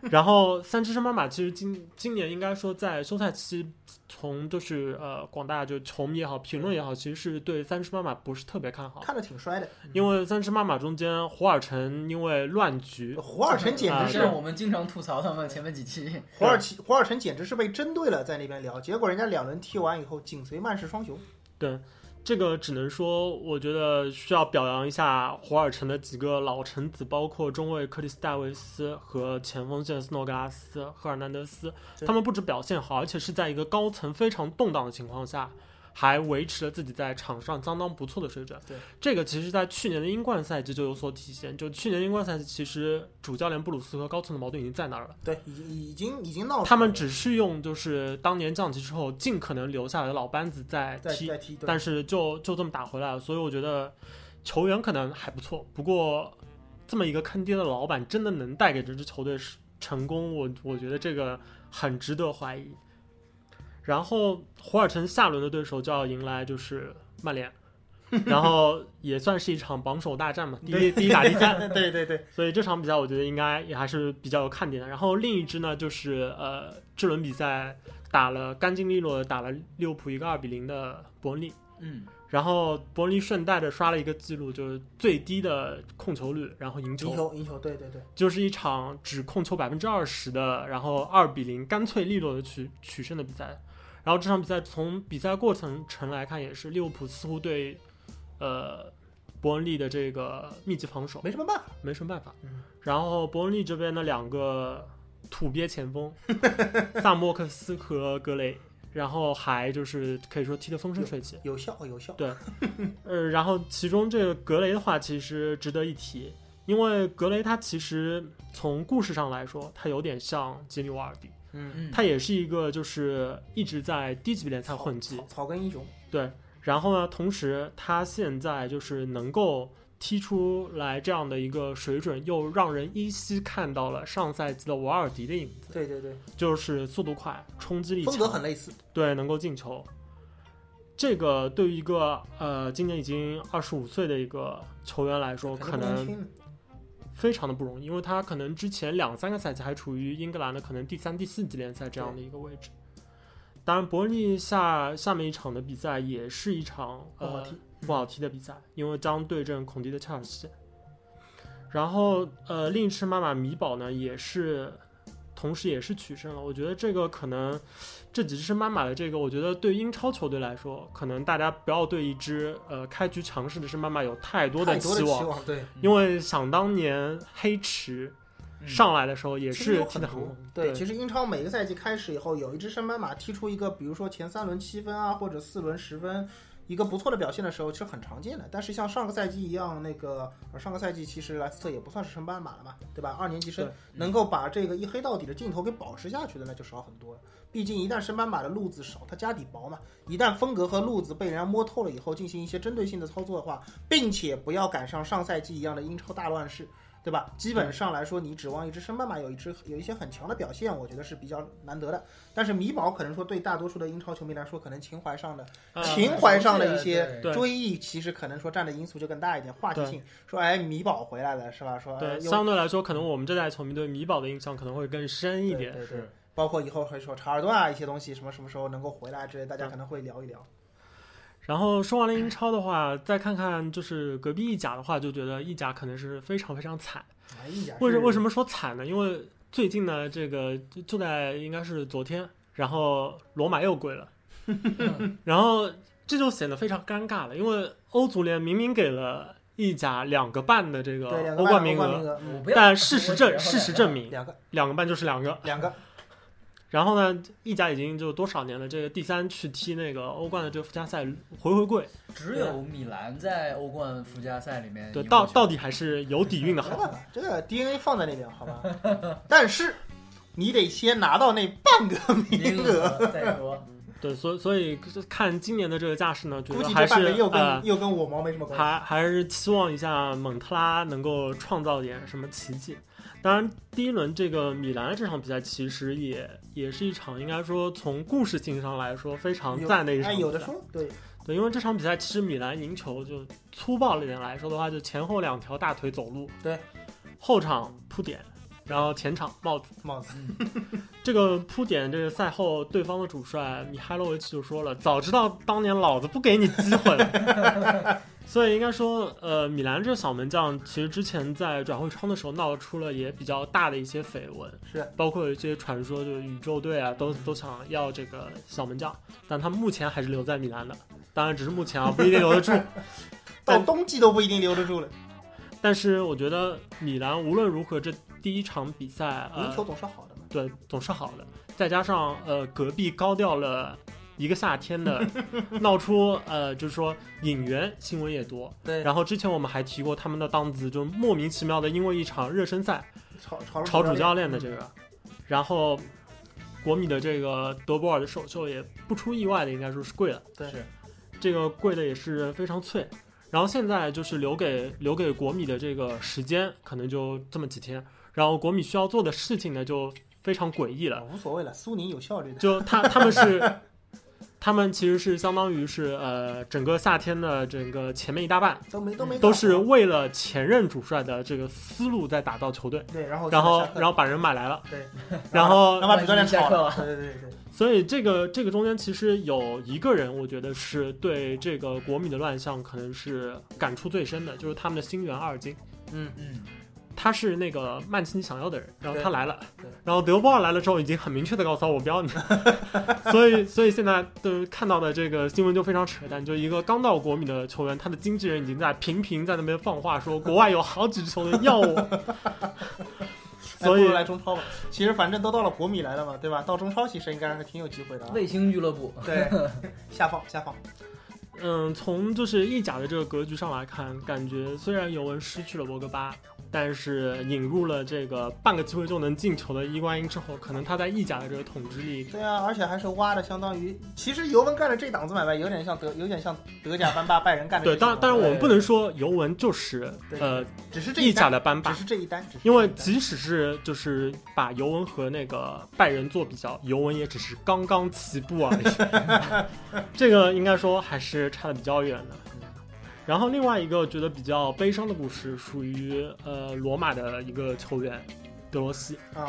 Speaker 2: 然后三只升班马其实今今年应该说在休赛期，从就是呃广大就球迷也好，评论也好，其实是对三只升班马不是特别看好，
Speaker 3: 看着挺衰的。
Speaker 2: 因为三只升班马中间胡尔城因为乱局，
Speaker 3: 胡尔城简
Speaker 2: 啊
Speaker 3: 直
Speaker 2: 对
Speaker 3: 是
Speaker 4: 是我们经常吐槽他们前面几期，
Speaker 3: 胡尔奇，胡尔城简直是被针对了，在那边聊。结果人家两轮踢完以后，紧随曼市双雄。
Speaker 2: 这个只能说，我觉得需要表扬一下胡尔城的几个老臣子，包括中卫克里斯戴维斯和前锋线斯诺格拉斯、赫尔南德斯，
Speaker 3: 对
Speaker 2: 他们不止表现好，而且是在一个高层非常动荡的情况下，还维持了自己在场上相当不错的水准。
Speaker 3: 对，
Speaker 2: 这个其实在去年的英冠赛季就有所体现，就去年英冠赛季，其实主教练布鲁斯和高层的矛盾已经在那儿了。
Speaker 3: 对，已经已经已经闹出来了。
Speaker 2: 他们只是用就是当年降级之后尽可能留下来的老班子在
Speaker 3: 在
Speaker 2: 踢
Speaker 3: 在踢，对
Speaker 2: 但是就就这么打回来了，所以我觉得球员可能还不错，不过这么一个坑爹的老板真的能带给这支球队是成功，我我觉得这个很值得怀疑。然后火尔城下轮的对手就要迎来就是曼联，然后也算是一场榜首大战嘛，第一第一打第三，
Speaker 3: 对对对，
Speaker 2: 所以这场比赛我觉得应该也还是比较有看点的。然后另一支呢，就是呃，这轮比赛打了干净利落的打了利物浦一个二比零的伯恩利，
Speaker 1: 嗯，
Speaker 2: 然后伯恩利顺带着刷了一个记录，就是最低的控球率，然后赢
Speaker 3: 赢
Speaker 2: 球，
Speaker 3: 球赢球，对对对，
Speaker 2: 就是一场只控球百分之二十的，然后二比零干脆利落的取取胜的比赛。然后这场比赛从比赛过程程来看，也是利物浦似乎对呃伯恩利的这个密集防守
Speaker 3: 没什么办法，
Speaker 2: 没什么办法。
Speaker 3: 嗯
Speaker 2: 然后伯恩利这边的两个土鳖前 锋萨默克斯和格雷，然后还就是可以说踢得风生水起。
Speaker 3: 有效有效，
Speaker 2: 呃，然后其中这个格雷的话，其实值得一提，因为格雷他其实从故事上来说，他有点像杰里瓦尔迪，
Speaker 3: 嗯，
Speaker 1: 嗯
Speaker 2: 他也是一个就是一直在低级别联赛混迹
Speaker 3: 草，草根英雄，
Speaker 2: 然后呢，同时他现在就是能够踢出来这样的一个水准，又让人依稀看到了上赛季的瓦尔迪的影子，
Speaker 3: 对对对，
Speaker 2: 就是速度快、冲击力
Speaker 3: 风格
Speaker 2: 强
Speaker 3: 很，类似，
Speaker 2: 对，能够进球。这个对于一个呃今年已经二十五岁的一个球员来说，可
Speaker 3: 肯定不
Speaker 2: 能
Speaker 3: 年轻了
Speaker 2: 非常的不容易，因为他可能之前两三个赛季还处于英格兰的可能第三、第四级联赛这样的一个位置。当然，伯恩利下下面一场的比赛也是一场
Speaker 3: 不好
Speaker 2: 呃
Speaker 3: 踢，
Speaker 2: 不好踢的比赛，因为将对阵孔蒂的切尔西。然后呃，另一支妈妈米堡呢也是，同时也是取胜了。我觉得这个可能这几支妈妈的这个，我觉得对英超球队来说，可能大家不要对一支呃开局强势的是妈妈有太多的
Speaker 3: 太多的
Speaker 2: 期
Speaker 3: 期
Speaker 2: 望，
Speaker 3: 望，对，
Speaker 2: 因为想当年黑池
Speaker 1: 嗯
Speaker 2: 上来的时候也
Speaker 3: 其实
Speaker 2: 是
Speaker 3: 有
Speaker 2: 踢
Speaker 3: 很
Speaker 2: 得
Speaker 3: 多
Speaker 2: 很好，
Speaker 3: 对，其实英超每个赛季开始以后，有一支升班马踢出一个，比如说前三轮七分啊，或者四轮十分，一个不错的表现的时候，其实很常见的。但是像上个赛季一样，那个呃上个赛季其实莱斯特也不算是升班马了嘛，对吧？二年级生
Speaker 2: 对
Speaker 3: 能够把这个一黑到底的劲头给保持下去的，那就少很多了。毕竟一旦升班马的路子少，它家底薄嘛，一旦风格和路子被人家摸透了以后，进行一些针对性的操作的话，并且不要赶上上赛季一样的英超大乱世，对吧？基本上来说，你指望一支升班马有一支有一些很强的表现，我觉得是比较难得的。但是米堡可能说对大多数的英超球迷来说，可能情怀上的
Speaker 2: 呃
Speaker 3: 情怀上的一些
Speaker 4: 对
Speaker 2: 对
Speaker 3: 追忆，其实可能说占的因素就更大一点，话题
Speaker 2: 对
Speaker 3: 性。说哎，米堡回来了是吧？说哎
Speaker 2: 对
Speaker 3: 又
Speaker 2: 相对来说，可能我们这代球迷对米堡的印象可能会更深一
Speaker 3: 对
Speaker 2: 点。
Speaker 3: 对对
Speaker 1: 是
Speaker 3: 包括以后会说查尔顿啊一些东西，什么什么时候能够回来之类，大家
Speaker 2: 对
Speaker 3: 可能会聊一聊。
Speaker 2: 然后说完了英超的话，再看看就是隔壁意甲的话，就觉得意甲可能是非常非常惨。
Speaker 3: 哎呀，
Speaker 2: 为什为什
Speaker 3: 么？
Speaker 2: 么说惨呢？因为最近呢，这个就就在应该是昨天，然后罗马 又 跪了，然后这就显得非常尴尬了，因为欧足联明明给了意甲两个半的这
Speaker 3: 对，
Speaker 2: 个
Speaker 3: 两个
Speaker 2: 欧
Speaker 3: 半
Speaker 2: 冠
Speaker 3: 欧
Speaker 2: 名
Speaker 3: 冠名
Speaker 2: 额，
Speaker 3: 额，
Speaker 4: 我
Speaker 3: 嗯，
Speaker 4: 不要
Speaker 2: 但事实
Speaker 4: 我
Speaker 2: 证
Speaker 4: 只要
Speaker 2: 事实证明，
Speaker 3: 两个
Speaker 2: 两个半就是两个。
Speaker 3: 两个，
Speaker 2: 然后呢，意甲已经就多少年了，这个第三去踢那个欧冠的这个附加赛回回跪，
Speaker 4: 只有米兰在欧冠附加赛里面
Speaker 2: 对，
Speaker 4: 赢
Speaker 2: 到
Speaker 4: 过球
Speaker 2: 到底还是有底蕴的
Speaker 3: 没办
Speaker 2: 好。
Speaker 3: 法，这个 DNA 放在那边，好吧？ 但是你得先拿到那半个名
Speaker 4: 名
Speaker 3: 额，
Speaker 4: 额再 说，
Speaker 2: 对，所以所以看今年的这个架势呢，觉
Speaker 3: 估
Speaker 2: 得
Speaker 3: 计
Speaker 2: 还
Speaker 3: 这
Speaker 2: 是
Speaker 3: 半个又
Speaker 2: 呃
Speaker 3: 跟又跟我毛没什么关系。
Speaker 2: 还还是期望一下蒙特拉能够创造点什么奇迹。当然，第一轮这个米兰的这场比赛其实也也是一场应该说从故事性上来说非常
Speaker 3: 有
Speaker 2: 赞的一场
Speaker 3: 哎，
Speaker 2: 比赛。
Speaker 3: 有的说，对，
Speaker 2: 对，因为这场比赛其实米兰赢球，就粗暴一点来说的话，就前后两条大腿走路，
Speaker 3: 对，
Speaker 2: 后场铺点，然后前场帽子。
Speaker 3: 帽子
Speaker 2: 这个铺点，这个赛后对方的主帅米哈洛维奇就说了，早知道当年老子不给你机会了。所以应该说，呃，米兰这小门将其实之前在转会窗的时候闹出了也比较大的一些绯闻，
Speaker 3: 是
Speaker 2: 包括有一些传说，就是宇宙队啊，都都想要这个小门将，但他目前还是留在米兰的，当然只是目前啊，不一定留得住。
Speaker 3: 到冬季都不一定留得住了，
Speaker 2: 但是我觉得米兰无论如何，这第一场比赛，
Speaker 3: 赢
Speaker 2: 呃
Speaker 3: 球，总是好的嘛。
Speaker 2: 对，总是好的。再加上呃，隔壁高调了一个夏天 的，闹出呃，就是说引援新闻也多。
Speaker 3: 对，
Speaker 2: 然后之前我们还提过他们的档子，就莫名其妙的因为一场热身赛
Speaker 3: 炒炒
Speaker 2: 炒主
Speaker 3: 教
Speaker 2: 教练嗯的这个，然后国米的这个德博尔的首秀也不出意外的，应该说是贵了。
Speaker 3: 对
Speaker 4: 是
Speaker 2: 这个贵的也是非常脆。然后现在就是留给留给国米的这个时间，可能就这么几天。然后国米需要做的事情呢就非常诡异了。
Speaker 3: 啊无所谓了，苏宁有效率的。
Speaker 2: 就他他们 是，他们其实是相当于是呃，整个夏天的整个前面一大半
Speaker 3: 都没都没
Speaker 2: 都
Speaker 3: 搞
Speaker 2: 是
Speaker 3: 好
Speaker 2: 为了前任主帅的这个思路在打造球队，
Speaker 3: 对，然后
Speaker 2: 然后
Speaker 3: 下课
Speaker 2: 然后把人买来了，
Speaker 3: 对，
Speaker 2: 然后
Speaker 3: 然后把主教练
Speaker 4: 下
Speaker 3: 炒
Speaker 4: 课
Speaker 3: 了
Speaker 1: 啊
Speaker 4: 了，
Speaker 3: 对对 对哎对，
Speaker 2: 所以这个这个中间其实有一个人，我觉得是对这个国米的乱象可能是感触最深的，就是他们的新援阿尔金。
Speaker 4: 嗯，
Speaker 2: 他是那个曼奇尼想要的人，然后他来了
Speaker 3: 对对，
Speaker 2: 然后德布尔来了之后，已经很明确的告诉他我不要你， 所以所以现在的看到的这个新闻就非常扯淡，就一个刚到国米的球员，他的经纪人已经在频频在那边放话说国外有好几支球队要我，
Speaker 3: 哎不
Speaker 2: 所以
Speaker 3: 如来中超吧。其实反正都到了国米来了嘛，对吧？到中超其实应该还挺有机会的啊。
Speaker 1: 嗯
Speaker 4: 卫星俱乐部，
Speaker 3: 对，下放下放，
Speaker 2: 嗯，从就是意甲的这个格局上来看，感觉虽然尤文失去了博格巴。但是引入了这个半个机会就能进球的伊瓜因之后，可能他在意甲的这个统治力
Speaker 3: 对啊，而且还是挖的相当于，其实尤文干的这档子买卖有点像德，有点像德甲班霸拜仁干的这
Speaker 2: 对，
Speaker 3: 种买
Speaker 2: 当
Speaker 3: 卖。
Speaker 2: 然，当然我们不能说尤文就是
Speaker 3: 对
Speaker 2: 呃
Speaker 3: 只是这
Speaker 2: 意
Speaker 3: 一
Speaker 2: 甲
Speaker 3: 单，
Speaker 2: 的班
Speaker 3: 只
Speaker 2: 霸，
Speaker 3: 是这一单，只是
Speaker 2: 因为
Speaker 3: 这一单
Speaker 2: 即使是就是把尤文和那个拜仁做比较，尤文也只是刚刚起步而已， 这个应该说还是差的比较远的。然后另外一个觉得比较悲伤的故事，属于呃罗马的一个球员德罗西。
Speaker 3: 啊，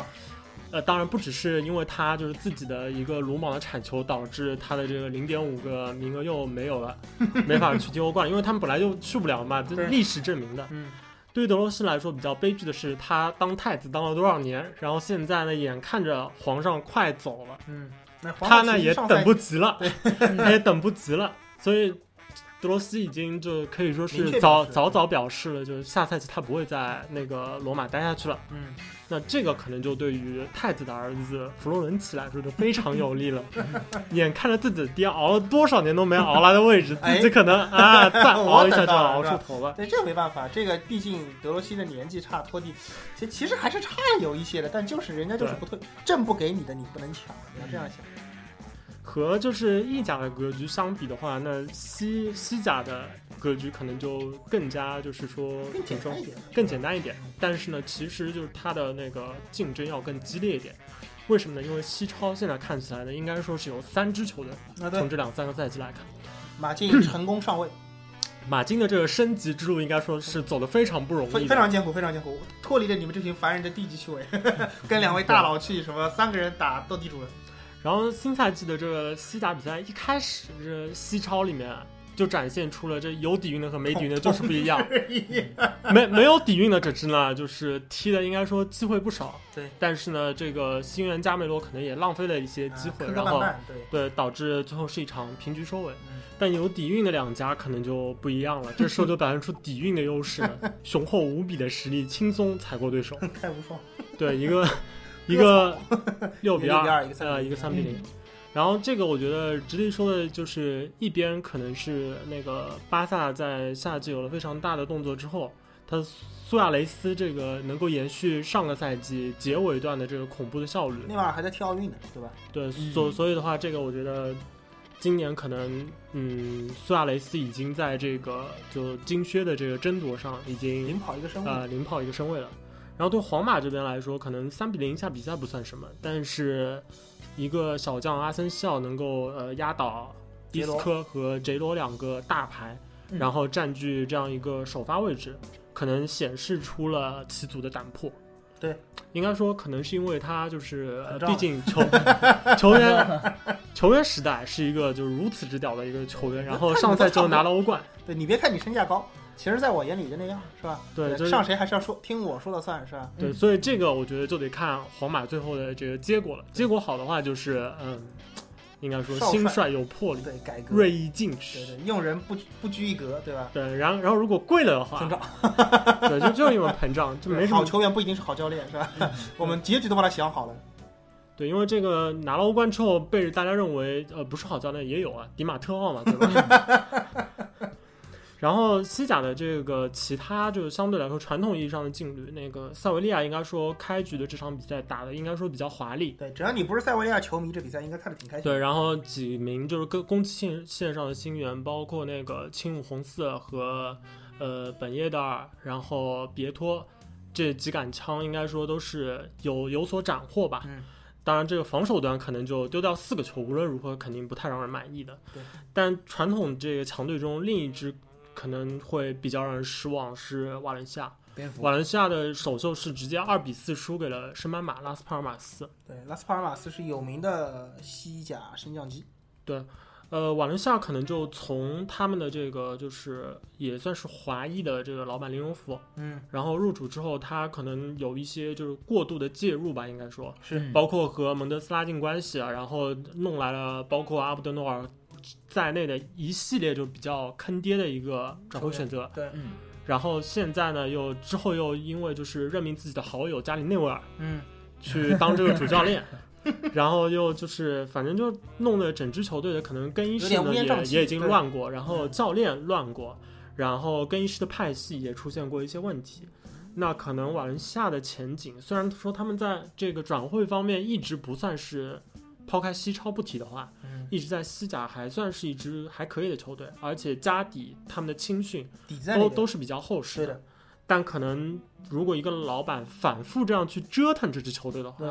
Speaker 2: 呃，当然不只是因为他就是自己的一个鲁莽的铲球导致他的这个零点五个名额又没有 了，没法去进欧冠，因为他们本来就去不了嘛，这
Speaker 3: 对
Speaker 2: 历史证明的。
Speaker 3: 嗯，
Speaker 2: 对于德罗西来说，比较悲剧的是他当太子当了多少年，然后现在呢，眼看着皇上快走了，
Speaker 3: 嗯，那皇
Speaker 2: 他
Speaker 3: 马
Speaker 2: 呢
Speaker 3: 其实
Speaker 2: 也
Speaker 3: 上
Speaker 2: 等
Speaker 3: 赛
Speaker 2: 不及了， 他
Speaker 4: 嗯
Speaker 2: 也等不及了，所以德罗西已经就可以说
Speaker 3: 明
Speaker 2: 是
Speaker 3: 确
Speaker 2: 早
Speaker 3: 表示
Speaker 2: 早早表示了，就是下赛季他不会在那个罗马待下去了。
Speaker 3: 嗯，
Speaker 2: 那这个可能就对于太子的儿子弗洛伦齐来说就非常有 利了。眼看着自己的爹熬了多少年都没熬来的位置，
Speaker 3: 哎
Speaker 2: 自己可能 啊再熬一下
Speaker 3: 我等
Speaker 2: 就
Speaker 3: 到了
Speaker 2: 熬
Speaker 3: 是
Speaker 2: 出
Speaker 3: 吧
Speaker 2: 头了。
Speaker 3: 对，这没办法，这个毕竟德罗西的年纪差，托蒂其其实还是差有一些的，但就是人家就是
Speaker 2: 对
Speaker 3: 不退，朕不给你的你不能抢，你要这样想。
Speaker 2: 和就是意甲的格局相比的话，那西西甲的格局可能就更加就是说
Speaker 3: 更
Speaker 2: 怎
Speaker 3: 简
Speaker 2: 么
Speaker 3: 单
Speaker 2: 说
Speaker 3: 一点。
Speaker 2: 更简单一点。但是呢，其实就是它的那个竞争要更激烈一点。为什么呢？因为西超现在看起来呢，应该说是有三支球队，
Speaker 3: 啊，
Speaker 2: 从
Speaker 3: 对，
Speaker 2: 这两三个赛季来看。
Speaker 3: 马竞成功上位，
Speaker 2: 马竞的这个升级之路，应该说是走的非常不容易的
Speaker 3: 非非常艰苦，非常艰苦，脱离了你们这群凡人的低级趣味， 跟两位大佬去什么三个人打斗地主人，
Speaker 2: 然后新赛季的这个西甲比赛一开始，这西超里面就展现出了这有底蕴的和没底
Speaker 3: 哦
Speaker 2: 蕴的就是不一样。 没没有底蕴的这支呢，就是踢的应该说机会不少。
Speaker 3: 对，
Speaker 2: 但是呢，这个新援加梅罗可能也浪费了一些机会，
Speaker 3: 啊磕磕
Speaker 2: 然
Speaker 3: 绊
Speaker 2: 后
Speaker 3: 绊，对，
Speaker 2: 对导致最后是一场平局收尾。
Speaker 3: 嗯
Speaker 2: 但有底蕴的两家可能就不一样了，这时候就表现出底蕴的优 势了，雄厚无比的实力轻松踩过对手。
Speaker 3: 太无双，
Speaker 2: 对，一 个一个 六比
Speaker 3: 一个
Speaker 2: 二，
Speaker 3: 一个三比
Speaker 2: 呃，
Speaker 3: 零
Speaker 2: 一个三比零。然后这个我觉得直立说的就是一边可能是那个巴萨在夏季有了非常大的动作之后，他苏亚雷斯这个能够延续上个赛季结尾段的这个恐怖的效率，
Speaker 3: 内马尔还在踢奥运呢，对吧？
Speaker 2: 对，所所以的话，这个我觉得今年可能嗯，苏亚雷斯已经在这个就金靴的这个争夺上已经
Speaker 3: 领跑一个生物，
Speaker 2: 呃领跑一个身位了。然后对皇马这边来说，可能三比零一下比赛不算什么，但是一个小将阿森西奥能够呃压倒伊
Speaker 3: 杰
Speaker 2: 斯
Speaker 3: 罗
Speaker 2: 科和杰罗两个大牌，
Speaker 4: 嗯
Speaker 2: 然后占据这样一个首发位置，可能显示出了齐祖的胆魄。
Speaker 3: 对，
Speaker 2: 应该说可能是因为他就是，呃
Speaker 3: 打仗
Speaker 2: 毕竟 球球员球员时代是一个就是如此之屌的一个球员， 然后上赛季又拿了欧冠，
Speaker 3: 对你别看你身价高，其实在我眼里就那样，是吧？
Speaker 2: 对，就是
Speaker 3: 上谁还是要说听我说了算，是吧？
Speaker 2: 对，
Speaker 4: 嗯
Speaker 2: 所以这个我觉得就得看皇马最后的这个结果了。结果好的话，就是嗯，应该说
Speaker 3: 少帅
Speaker 2: 新帅有魄力，
Speaker 3: 对，改革，
Speaker 2: 锐意进
Speaker 3: 对
Speaker 2: 取。
Speaker 3: 对，用人不不拘一格，对吧？
Speaker 2: 对，然后然后如果贵了的话，
Speaker 3: 膨 胀，
Speaker 2: 对，就就是因为膨 胀，就没什
Speaker 3: 好
Speaker 2: 么。嗯
Speaker 3: 球员不一定是好教练，是吧？ 我们结局都把它想好了，
Speaker 2: 对，因为这个拿了欧冠之后被大家认为呃不是好教练也有啊，迪马特奥嘛，对吧？ 然后西甲的这个其他就是相对来说传统意义上的劲旅，那个塞维利亚应该说开局的这场比赛打的应该说比较华丽，
Speaker 3: 对，只要你不是塞维利亚球迷，这比赛应该看得挺开心。
Speaker 2: 对，然后几名就是跟攻击线线上的新援，包括那个青武红四和呃本耶德尔，然后别托，这几杆枪应该说都是有有所斩获吧。
Speaker 3: 嗯
Speaker 2: 当然，这个防守端可能就丢掉四个球，无论如何肯定不太让人满意的
Speaker 3: 对。
Speaker 2: 但传统这个强队中，另一支可能会比较让人失望是瓦伦西亚。
Speaker 4: 蝙蝠
Speaker 2: 瓦伦西亚的首秀是直接二比四输给了升班马拉斯帕尔马斯。
Speaker 3: 对，拉斯帕尔马斯是有名的西甲升降机，
Speaker 2: 呃，瓦伦西亚可能就从他们的这个就是也算是华裔的这个老板林荣福，
Speaker 3: 嗯，
Speaker 2: 然后入主之后，他可能有一些就是过度的介入吧，应该说，
Speaker 1: 嗯
Speaker 4: 是
Speaker 2: 包括和蒙德斯拉进关系啊，然后弄来了包括阿布德诺尔在内的一系列就比较坑爹的一个转会选择。
Speaker 4: 嗯
Speaker 2: 然后现在呢，又之后又因为就是任命自己的好友加里内维尔
Speaker 3: 嗯，
Speaker 2: 去当这个主教练。然后又就是，反正就弄得整支球队的可能更衣室
Speaker 3: 有点乌
Speaker 2: 呢
Speaker 3: 烟瘴
Speaker 2: 也
Speaker 3: 气
Speaker 2: 也已经
Speaker 3: 对嗯
Speaker 2: 乱过，然后教练乱过，然后更衣室的派系也出现过一些问题。那可能瓦伦西亚的前景，虽然说他们在这个转会方面一直不算是抛开西超不提的话，
Speaker 3: 嗯
Speaker 2: 一直在西甲还算是一支还可以的球队，而且家底他们的青训
Speaker 3: 底子在那
Speaker 2: 都
Speaker 3: 边。
Speaker 2: 都是比较厚实
Speaker 3: 对的。
Speaker 2: 但可能如果一个老板反复这样去折腾这支球队的话，
Speaker 3: 对，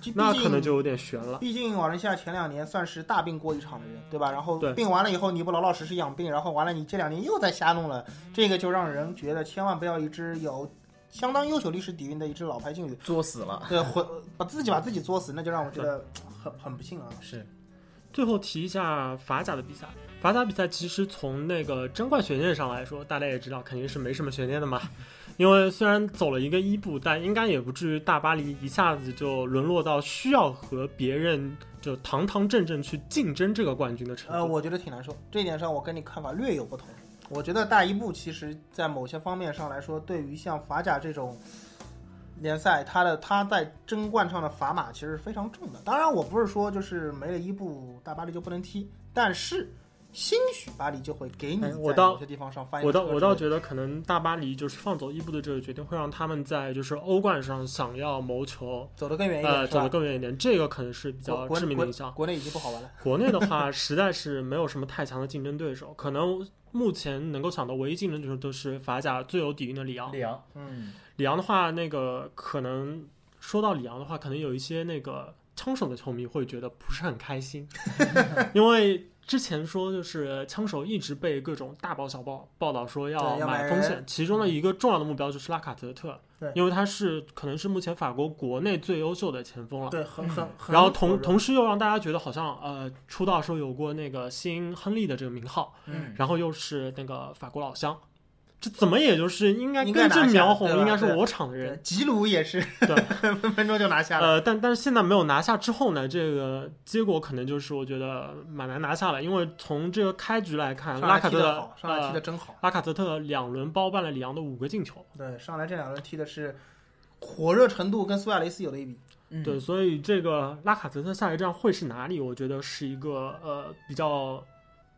Speaker 3: 就
Speaker 2: 啊那
Speaker 3: 毕竟
Speaker 2: 可能就有点悬了。
Speaker 3: 毕竟瓦伦西亚前两年算是大病过一场的人，对吧？然后
Speaker 2: 对
Speaker 3: 病完了以后，你不老老实实养病，然后完了你这两年又在瞎弄了，这个就让人觉得千万不要一支有相当优秀历史底蕴的一支老牌劲旅，
Speaker 4: 作死了，
Speaker 3: 对，混把自己把自己作死，那就让我觉得很很不幸啊。
Speaker 4: 是
Speaker 2: 最后提一下法甲的比赛，法甲比赛其实从那个争冠悬念上来说，大家也知道肯定是没什么悬念的嘛。因为虽然走了一个伊布，但应该也不至于大巴黎一下子就沦落到需要和别人就堂堂正正去竞争这个冠军的程度。
Speaker 3: 呃，我觉得挺难受，这一点上我跟你看法略有不同。我觉得大伊布其实在某些方面上来说，对于像法甲这种联赛，他的他在争冠上的砝码其实非常重的。当然，我不是说就是没了伊布，大巴黎就不能踢，但是兴许巴黎就会给你
Speaker 2: 哎
Speaker 3: 在
Speaker 2: 我倒
Speaker 3: 某些地方上翻一
Speaker 2: 我
Speaker 3: 个
Speaker 2: 倒
Speaker 3: 车
Speaker 2: 我倒
Speaker 3: 之类
Speaker 2: 觉得，可能大巴黎就是放走伊布的这个决定，会让他们在就是欧冠上想要谋求
Speaker 3: 的走得更远一点，
Speaker 2: 呃
Speaker 3: 是
Speaker 2: 走得
Speaker 3: 吧？
Speaker 2: 更远一点，这个可能是比较
Speaker 3: 国
Speaker 2: 致
Speaker 3: 国
Speaker 2: 命的影响
Speaker 3: 国。国内已经不好玩了。
Speaker 2: 国内的话， 实在是没有什么太强的竞争对手，可能目前能够想到唯一竞争对手就是法甲最有底蕴的里昂
Speaker 4: 里。昂，
Speaker 3: 嗯，
Speaker 4: 嗯，
Speaker 2: 里昂的话，那个可能说到里昂的话，可能有一些那个枪手的球迷会觉得不是很开 心，因为之前说就是枪手一直被各种大报小报报道说要
Speaker 3: 对要买
Speaker 2: 买
Speaker 3: 人
Speaker 2: 风险，其中的一个重要的目标就是拉卡泽特
Speaker 3: 对，
Speaker 2: 因为他是可能是目前法国国内最优秀的前锋了。
Speaker 3: 对，很 很很。
Speaker 2: 然后同同时又让大家觉得好像呃出道时候有过那个新亨利的这个名号，
Speaker 4: 嗯
Speaker 2: 然后又是那个法国老乡，这怎么也就是应该
Speaker 3: 应
Speaker 2: 根
Speaker 3: 该拿
Speaker 2: 正
Speaker 3: 下
Speaker 2: 苗红
Speaker 3: 对，吧
Speaker 2: 应该是
Speaker 3: 对
Speaker 2: 我场的
Speaker 3: 对
Speaker 2: 人。
Speaker 3: 吉鲁也是， 分分钟就拿下了。
Speaker 2: 呃，但但是现在没有拿下之后呢，这个结果可能就是我觉得蛮难拿下了，因为从这个开局来看，
Speaker 3: 上
Speaker 2: 拉
Speaker 3: 来
Speaker 2: 卡
Speaker 3: 踢
Speaker 2: 泽
Speaker 3: 得
Speaker 2: 特
Speaker 3: 好，上来踢得
Speaker 2: 呃
Speaker 3: 真好。
Speaker 2: 拉卡泽特两轮包办了里昂的五个进球，
Speaker 3: 对，上来这两轮踢的是火热程度跟苏亚雷斯有的一比。
Speaker 4: 嗯
Speaker 2: 对，所以这个拉卡泽特下一站会是哪里？我觉得是一个呃比较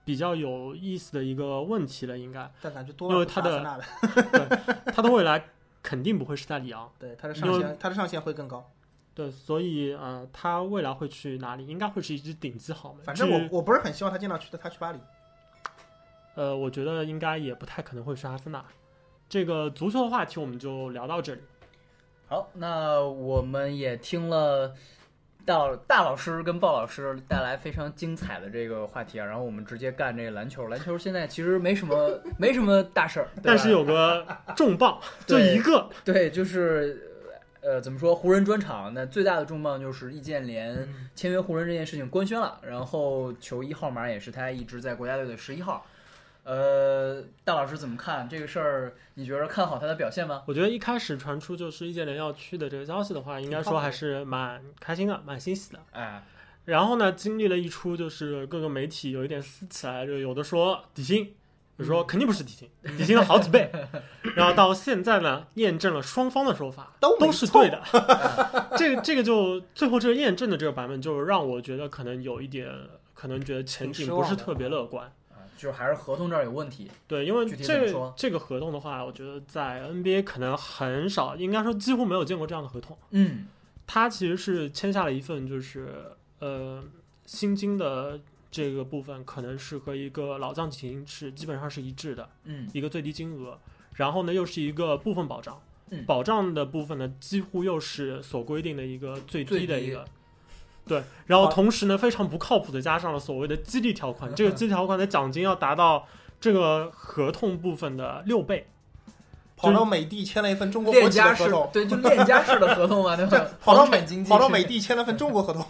Speaker 2: 比较有意思的一个问题了，应该
Speaker 3: 但感觉多
Speaker 2: 因为
Speaker 3: 半不
Speaker 2: 他
Speaker 3: 是阿
Speaker 2: 的
Speaker 3: 森纳的，
Speaker 2: 他的未来 肯定不会是在里昂，
Speaker 3: 对他的
Speaker 2: 因
Speaker 3: 上
Speaker 2: 为
Speaker 3: 限，他的上限会更高。
Speaker 2: 对，所以呃他未来会去哪里？应该会是一支顶级豪门，
Speaker 3: 反正
Speaker 2: 至于
Speaker 3: 我我不是很希望他见到去的，他去巴黎。
Speaker 2: 呃我觉得应该也不太可能会是阿森纳。这个足球的话题我们就聊到这里，
Speaker 1: 好，那我们也听了大老大老师跟鲍老师带来非常精彩的这个话题啊，然后我们直接干这个篮球。篮球现在其实没什么没什么大事儿，对吧
Speaker 2: 但是有 个重磅，就
Speaker 1: 对
Speaker 2: 一个，
Speaker 1: 对，就是呃，怎么说，湖人专场那最大的重磅就是易建联
Speaker 3: 嗯
Speaker 1: 签约湖人这件事情官宣了，然后球衣号码也是他一直在国家队的十一号。呃，大老师怎么看这个事儿？你觉得看好他的表现吗？
Speaker 2: 我觉得一开始传出就是易建联要去的这个消息的话，应该说还是蛮开心的，蛮欣喜的。
Speaker 1: 哎，
Speaker 2: 然后呢，经历了一出就是各个媒体有一点撕起来，就有的说底薪，有
Speaker 1: 嗯
Speaker 2: 说肯定不是底薪，底薪的好几 倍。然后到现在呢，验证了双方的说法
Speaker 3: 都没
Speaker 2: 都是对的。 这个这个就最后这个验证的这个版本，就让我觉得可能有一点，可能觉得前景不是特别乐观。
Speaker 1: 啊就是还是合同这儿有问题。
Speaker 2: 对，因为
Speaker 1: 具体怎么
Speaker 2: 这
Speaker 1: 说
Speaker 2: 这个合同的话，我觉得在 NBA 可能很少，应该说几乎没有见过这样的合同。
Speaker 1: 嗯，
Speaker 2: 他其实是签下了一份，就是呃，薪金的这个部分可能是和一个老将薪是基本上是一致的，
Speaker 1: 嗯
Speaker 2: 一个最低金额，然后呢又是一个部分保障，
Speaker 4: 嗯
Speaker 2: 保障的部分呢，几乎又是所规定的一个最低的一个。对，然后同时呢，非常不靠谱的加上了所谓的激励条 款，这个激励条款的奖金要达到这个合同部分的六倍。
Speaker 3: 跑到美的签了一份中国国
Speaker 4: 链
Speaker 3: 企的
Speaker 4: 家
Speaker 3: 合
Speaker 4: 式
Speaker 3: 同，
Speaker 4: 对，就链家式的合同嘛，对 吧？
Speaker 3: 跑到
Speaker 4: 房产
Speaker 3: 美
Speaker 4: 经济
Speaker 3: 跑到
Speaker 4: 是
Speaker 3: 美的签了份中国合同，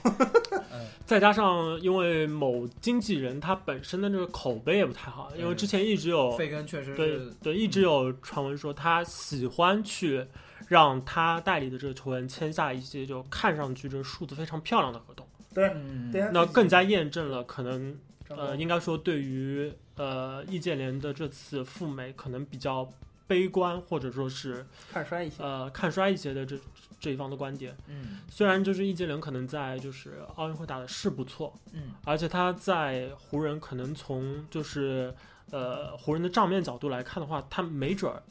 Speaker 2: 再加上，因为某经纪人他本身的这个口碑也不太好，因为之前一直有
Speaker 4: 费根确实
Speaker 2: 对
Speaker 4: 是
Speaker 2: 对，一直有传闻说他喜欢去让他代理的这个球员签下一些就看上去这数字非常漂亮的合同，
Speaker 4: 嗯，
Speaker 3: 对啊
Speaker 2: 那更加验证了可能
Speaker 4: 张
Speaker 2: 呃，
Speaker 4: 东
Speaker 2: 应该说对于呃易建联的这次赴美可能比较悲观或者说是
Speaker 3: 看衰一些。
Speaker 2: 呃看衰一些的这这一方的观点。
Speaker 4: 嗯
Speaker 2: 虽然就是易建联可能在就是奥运会打的是不错，
Speaker 4: 嗯
Speaker 2: 而且他在湖人可能从就是呃湖人的账面角度来看的话，他没准儿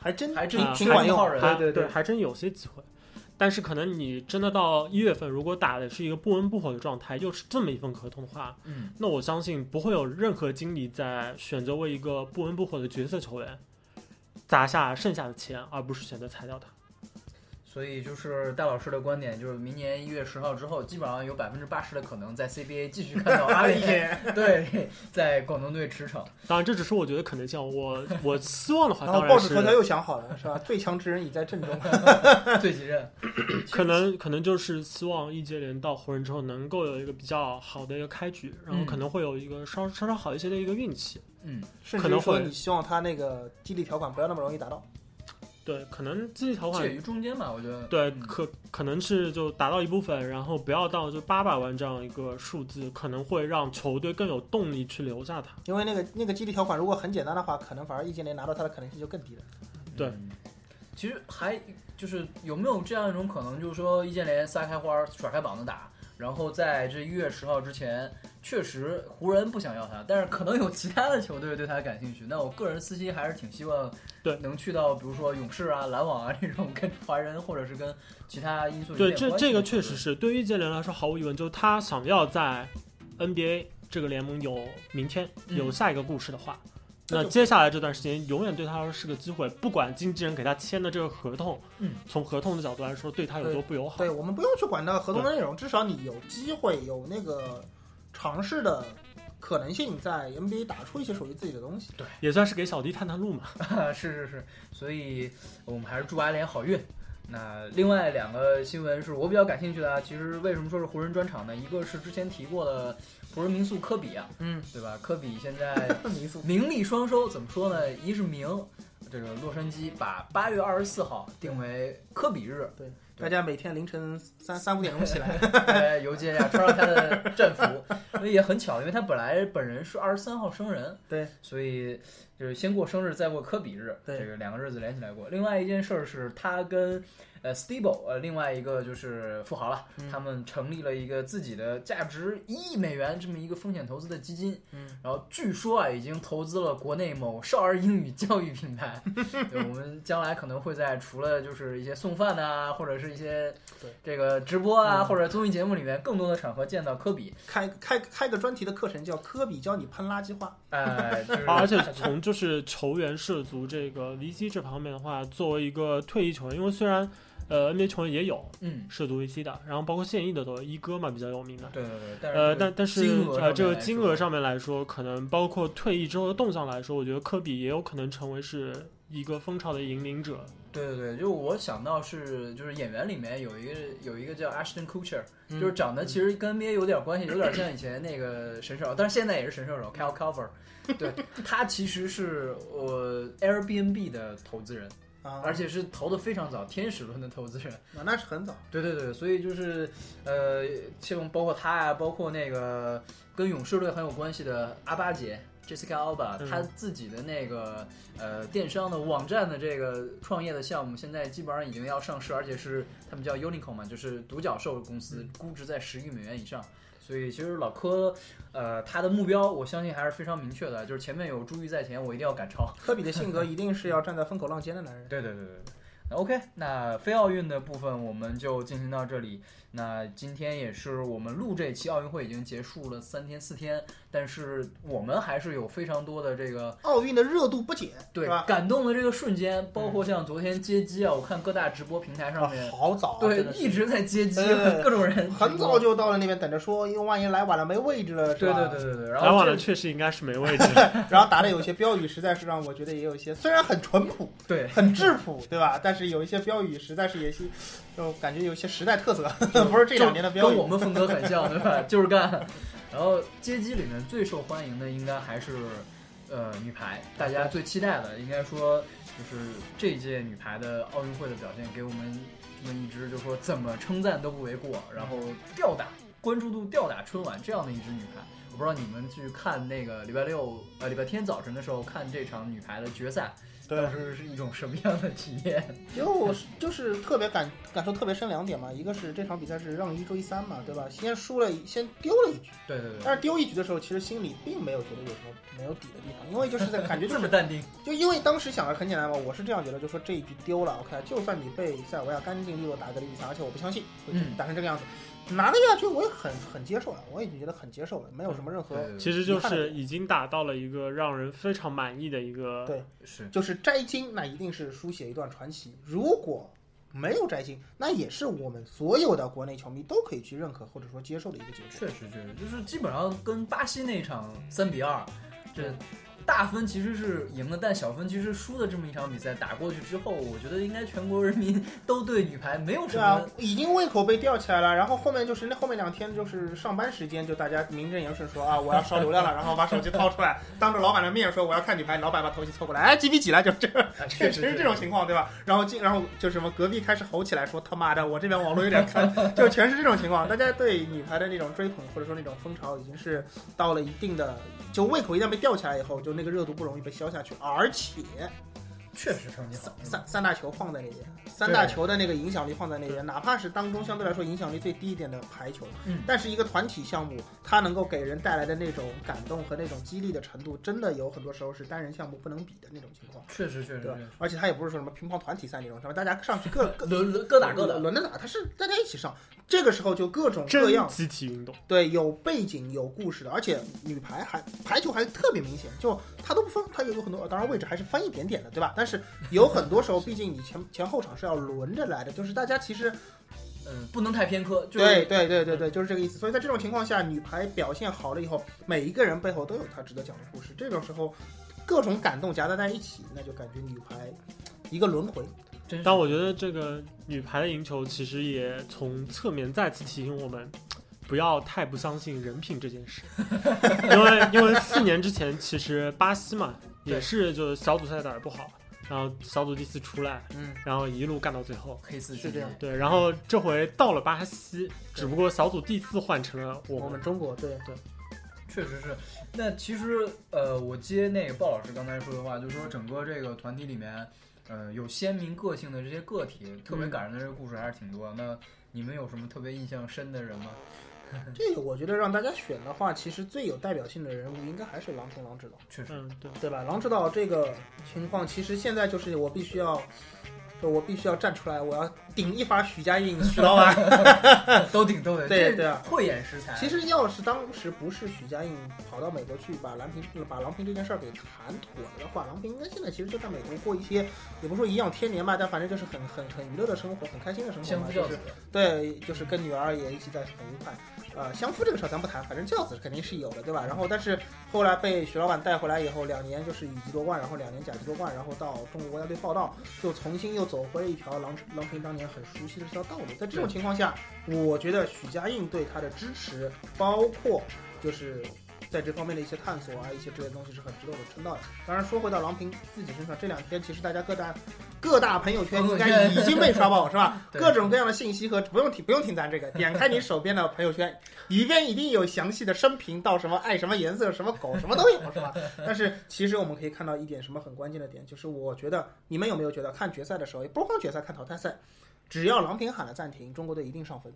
Speaker 3: 还真
Speaker 4: 还真
Speaker 3: 挺挺
Speaker 2: 还
Speaker 3: 管用
Speaker 4: 靠人
Speaker 3: 的。
Speaker 2: 还
Speaker 1: 对对对
Speaker 2: 还真有些机会。但是可能你真的到一月份，如果打的是一个不温不火的状态，又是这么一份合同的话，
Speaker 4: 嗯，
Speaker 2: 那我相信不会有任何经理在选择为一个不温不火的角色球员砸下剩下的钱，而不是选择裁掉他。
Speaker 4: 所以就是戴老师的观点，就是明年一月十号之后，基本上有百分之八十的可能在 CBA 继续看到阿里
Speaker 3: 也
Speaker 4: 对在广东队驰骋。
Speaker 2: 当然，这只是我觉得可能性。我我希望的话，
Speaker 3: 然后
Speaker 2: 啊当
Speaker 3: 报
Speaker 2: 然
Speaker 3: 纸
Speaker 2: 是
Speaker 3: 头条又想好了，是吧？最强之人已 在阵中。
Speaker 4: 最急任，
Speaker 2: 可能可能就是希望易建联到湖人之后能够有一个比较好的一个开局，然后
Speaker 3: 嗯
Speaker 2: 可能会有一个稍稍稍好一些的一个运气。
Speaker 4: 嗯，
Speaker 3: 甚
Speaker 2: 可
Speaker 3: 至
Speaker 2: 能
Speaker 3: 于
Speaker 2: 会
Speaker 3: 说，你希望他那个激励条款不要那么容易达到。
Speaker 2: 对，可能激励条
Speaker 4: 介
Speaker 2: 款
Speaker 4: 于中间吧，我觉得。
Speaker 2: 对
Speaker 4: 嗯
Speaker 2: 可可能是就达到一部分，然后不要到就八百万这样一个数字，可能会让球队更有动力去留下他。
Speaker 3: 因为那个那个激励条款如果很简单的话，可能反而易建联拿到他的可能性就更低了。
Speaker 2: 对
Speaker 4: 嗯其实还就是有没有这样一种可能，就是说易建联撒开花儿耍开膀子打，然后在这一月十号之前，确实湖人不想要他，但是可能有其他的球队对他感兴趣。那我个人私心还是挺希望
Speaker 2: 对
Speaker 4: 能去到比如说勇士啊、篮网啊这种跟华人或者是跟其他因素有
Speaker 2: 对，
Speaker 4: 点
Speaker 2: 这
Speaker 4: 嗯关系
Speaker 2: 这
Speaker 4: 的
Speaker 2: 个
Speaker 4: 球
Speaker 2: 确
Speaker 4: 队
Speaker 2: 实是对于易建联来说毫无疑问，就是他想要在 NBA 这个联盟有明天有
Speaker 4: 嗯
Speaker 2: 下一个故事的话。
Speaker 3: 那
Speaker 2: 那
Speaker 3: 就
Speaker 2: 接下来这段时间，永远对他来说是个机会。不管经纪人给他签的这个合同，
Speaker 4: 嗯，
Speaker 2: 从合同的角度来说，对他有多不友好
Speaker 3: 对，，我们不用去管那个合同的内容，至少你有机会有那个尝试的可能性，在 NBA 打出一些属于自己的东西。
Speaker 2: 也算是给小弟探探路嘛。
Speaker 4: 啊，是是是，所以我们还是祝阿联好运。那另外两个新闻是我比较感兴趣的啊，其实为什么说是湖人专场呢？一个是之前提过的湖人名宿科比啊，
Speaker 3: 嗯，
Speaker 4: 对吧？科比现在
Speaker 3: 民宿
Speaker 4: 名利双收，怎么说呢？一是名，这个洛杉矶把八月二十四号定为科比日，
Speaker 3: 对，大家每天凌晨三三五点钟起来，
Speaker 4: 来游街呀，穿上他的战服，那也很巧，因为他本来本人是二十三号生人，
Speaker 3: 对，
Speaker 4: 所以就是先过生日，再过科比日，
Speaker 3: 对
Speaker 4: 这个两个日子连起来过。另外一件事儿是他跟呃 Stable，呃，另外一个就是富豪了，
Speaker 3: 嗯
Speaker 4: 他们成立了一个自己的价值一亿美元这么一个风险投资的基金，
Speaker 3: 嗯，
Speaker 4: 然后据说啊，已经投资了国内某少儿英语教育品 牌。对，我们将来可能会在除了就是一些送饭啊，或者是一些
Speaker 3: 对
Speaker 4: 这个直播啊，
Speaker 3: 嗯
Speaker 4: 或者综艺节目里面，更多的场合见到科比。
Speaker 3: 开开开个专题的课程叫科比教你喷垃圾话，
Speaker 4: 哎，就是
Speaker 2: 啊而且从就是球员涉足这个 VC 这方面的话，作为一个退役球员，因为虽然呃 NBA 球员也有
Speaker 4: 嗯，
Speaker 2: 涉足 VC 的，然后包括现役的都有一哥嘛比较有名的，
Speaker 4: 对对对，但是
Speaker 2: 呃，
Speaker 4: 这个
Speaker 2: 但但是
Speaker 4: 金额
Speaker 2: 呃，这个
Speaker 4: 上面来
Speaker 2: 金
Speaker 4: 说
Speaker 2: 额上面来说，可能包括退役之后的动向来说，我觉得科比也有可能成为是一个风潮的引领者。
Speaker 4: 对对对，就我想到是就是演员里面有一个有一个叫 Ashton Kutcher，、
Speaker 3: 嗯
Speaker 4: 就是长得其实跟 NBA 有点关系，有点像以前那个神射手，但是现在也是神射手 Cal Cover，对 他其实是我、Airbnb 的投资人，
Speaker 3: 啊，
Speaker 4: 而且是投的非常早，天使轮的投资人。
Speaker 3: 啊那是很早，
Speaker 4: 对对对，所以就是呃，像包括他呀、包括那个跟勇士队很有关系的阿巴姐 Jessica Alba，、
Speaker 2: 嗯
Speaker 4: 她自己的那个呃电商的网站的这个创业的项目，现在基本上已经要上市，而且是他们叫 Unicorn 嘛，就是独角兽公司，估值在十亿美元以上。所以其实老科，呃，他的目标我相信还是非常明确的，就是前面有珠玉在前，我一定要赶超。
Speaker 3: 科比的性格一定是要站在风口浪尖的男人。
Speaker 4: 对对对对对。那 OK，那非奥运的部分我们就进行到这里。那今天也是我们录这期奥运会已经结束了三天四天，但是我们还是有非常多的这个
Speaker 3: 奥运的热度不减，
Speaker 4: 对
Speaker 3: 是吧？嗯
Speaker 4: 感动的这个瞬间，包括像昨天接机啊，我看各大直播平台上面，
Speaker 3: 啊好早啊，
Speaker 4: 对
Speaker 3: 真的是
Speaker 4: 一直在接机，
Speaker 3: 呃
Speaker 4: 各种人
Speaker 3: 很早就到了那边等着说，因为万一来晚了没位置了，是
Speaker 4: 对
Speaker 3: 吧？
Speaker 4: 对对对对，然
Speaker 2: 来
Speaker 4: 后
Speaker 2: 晚
Speaker 4: 这
Speaker 2: 了确实应该是没 位置。
Speaker 3: 然后打的有些标语，实在是让我觉得也有一些，虽然很淳 朴、
Speaker 4: 对
Speaker 3: 很质朴，对吧？但是有一些标语实在是也是，就感觉有一些时代特色， 不是这两年的标
Speaker 4: 跟
Speaker 3: 语
Speaker 4: 我。们风格很 像，对吧？就是干。然后街机里面最受欢迎的应该还是呃女排，大家最期待的应该说就是这一届女排的奥运会的表现，给我们这么一支就说怎么称赞都不为过，然后吊打关注度吊打春晚这样的一支女排。我不知道你们去看那个礼拜六呃礼拜天早晨的时候看这场女排的决赛，
Speaker 3: 对
Speaker 4: 当，时是一种什么样的体验？
Speaker 3: 就是就是特别感感受特别深两点嘛，一个是这场比赛是让一追三嘛，对吧？先输了一，先丢了一局，
Speaker 4: 对对对，
Speaker 3: 但是丢一局的时候，其实心里并没有觉得有什么没有底的地方，因为就是在感觉 就
Speaker 4: 这么
Speaker 3: 是
Speaker 4: 淡定，
Speaker 3: 就因为当时想的很简单嘛，我是这样觉得，就说这一局丢了，OK，就算你被塞尔维亚干净利落打个零比三，而且我不相信会
Speaker 4: 嗯
Speaker 3: 打成这个样子，拿得下去我也很很接受了，我已经觉得很接受了，没有什么任何
Speaker 4: 对对对
Speaker 2: 其实就是已经达到了一个让人非常满意的一个
Speaker 3: 对
Speaker 4: 是
Speaker 3: 就是摘金，那一定是书写一段传奇。如果没有摘金，那也是我们所有的国内球迷都可以去认可或者说接受的一个结果。
Speaker 4: 确实，确实，就是基本上跟巴西那场三比二，这大分其实是赢了，但小分其实输的这么一场比赛打过去之后，我觉得应该全国人民 都对女排没有什
Speaker 3: 对啊
Speaker 4: 么，
Speaker 3: 已经胃口被吊起来了，然后后面就是那后面两天就是上班时间，就大家名正言顺说啊，我要烧流量了，然后把手机掏出来，当着老板的面说我要看女排，老板把头一凑过来，哎，几比几了，就这，
Speaker 4: 哎
Speaker 3: 确实是这种情况，对吧？然后进，然后就什么隔壁开始吼起来说他妈的，我这边网络有点坑，就全是这种情况。大家对女排的那种追捧或者说那种风潮，已经是到了一定的，就胃口一旦被吊起来以后，就那个热度不容易被消下去，而且。
Speaker 4: 确实成绩好。
Speaker 3: 三三大球放在那边，三大球的那个影响力放在那边，哪怕是当中相对来说影响力最低一点的排球，
Speaker 4: 嗯
Speaker 3: 但是一个团体项目，它能够给人带来的那种感动和那种激励的程度，真的有很多时候是单人项目不能比的那种情况，
Speaker 4: 确实，确实，
Speaker 3: 对啊吧
Speaker 4: 确实？
Speaker 3: 而且它也不是说什么乒乓团体赛那种什么，大家 上去各各
Speaker 4: 轮轮各打各
Speaker 3: 轮
Speaker 4: 的，
Speaker 3: 轮着打，它是大家一起上，这个时候就各种各
Speaker 2: 真
Speaker 3: 样，
Speaker 2: 集体运动。
Speaker 3: 对，有背景有故事的，而且女排还排球还特别明显，就它都不分，它有有很多，当然位置还是分一点点的，对吧？但是有很多时候，毕竟你前前后场是要轮着来的，就是大家其实
Speaker 4: 嗯，不能太偏科，就
Speaker 3: 对
Speaker 4: 是
Speaker 3: 对对对对，就是这个意思。所以在这种情况下，女排表现好了以后，每一个人背后都有他值得讲的故事。这种时候，各种感动夹杂在一起，那就感觉女排一个轮回。
Speaker 4: 真是
Speaker 2: 但我觉得这个女排的赢球，其实也从侧面再次提醒我们，不要太不相信人品这 件事。因为因为四年之前，其实巴西嘛，也是就是小组赛打得不好，然后小组第四出来，
Speaker 3: 嗯，
Speaker 2: 然后一路干到最后。
Speaker 4: 黑四
Speaker 3: 是这样
Speaker 2: 对，然后这回到了巴西，只不过小组第四换成了我
Speaker 3: 我
Speaker 2: 们
Speaker 3: 们。中国对
Speaker 4: 确实是。那其实呃，我接那个鲍老师刚才说的话，就说整个这个团体里面，呃，有鲜明个性的这些个体，特
Speaker 3: 嗯
Speaker 4: 别感人的这个故事还是挺多。那你们有什么特别印象深的人 吗？
Speaker 3: 这个，我觉得让大家选的话，其实最有代表性的人物应该还是郎平、郎指导。
Speaker 4: 确实，
Speaker 2: 嗯，对，
Speaker 3: 对吧？狼指导这个情况，其实现在就是我必须要，就我必须要站出来，我要顶一发许家印，许老板。
Speaker 4: 都顶都得，
Speaker 3: 对
Speaker 4: 这
Speaker 3: 对啊
Speaker 4: 慧眼识才。
Speaker 3: 其实要是当时不是许家印跑到美国去把郎平把郎平这件事儿给谈妥了的话，郎平应该现在其实就在美国过一些，也不说颐养天年吧，但反正就是很很很娱乐的生活，很开心的生活
Speaker 4: 相
Speaker 3: 嘛，
Speaker 4: 夫
Speaker 3: 就
Speaker 4: 教
Speaker 3: 是
Speaker 4: 子，
Speaker 3: 对，就是跟女儿也一起在很愉快。呃，相夫这个事儿咱不谈，反正教子肯定是有的，对吧？然后，但是后来被许老板带回来以后，两年就是乙级夺冠，然后两年甲级夺冠，然后到中国国家队报道，又重新又走回了一条郎郎平当年很熟悉的这条道路。在这种情况下，我觉得许家印对他的支持，包括就是在这方面的一些探索啊，一些这些东西是很值得我们称道的。当然，说回到郎平自己身上，这两天其实大家各大各大朋友圈应该已经被刷爆，是吧？
Speaker 4: 对
Speaker 3: 各种各样的信息和不用听不用听咱这个，点开你手边的朋友圈，里边一定有详细的生平，到什么爱什么颜色、什么狗什么都有，是吧？但是其实我们可以看到一点什么很关键的点，就是我觉得你们有没有觉得看决赛的时候，也不光决赛，看淘汰赛。只要郎平喊了暂停，中国队一定上分，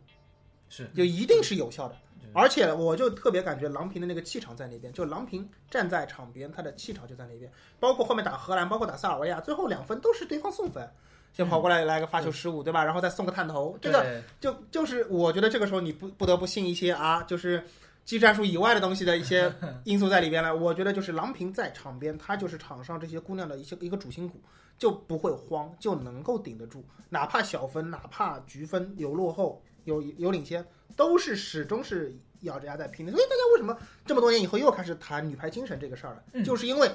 Speaker 4: 是嗯
Speaker 3: 就一定是有效的。
Speaker 4: 对
Speaker 3: 而且我就特别感觉郎平的那个气场在那边，就郎平站在场边，他的气场就在那边。包括后面打荷兰，包括打塞尔维亚，最后两分都是对方送分。先跑过来来个发球失误，对吧？然后再送个探头，这个
Speaker 4: 嗯对
Speaker 3: 就就是我觉得这个时候你不不得不信一些啊，就是技战术以外的东西的一些因素在里边了。我觉得就是郎平在场边，她就是场上这些姑娘的一些一个主心骨，就不会慌，就能够顶得住，哪怕小分，哪怕局分有落后，有有领先，都是始终是咬着牙在拼的。所以大家为什么这么多年以后又开始谈女排精神这个事儿了？
Speaker 4: 嗯
Speaker 3: 就是因为。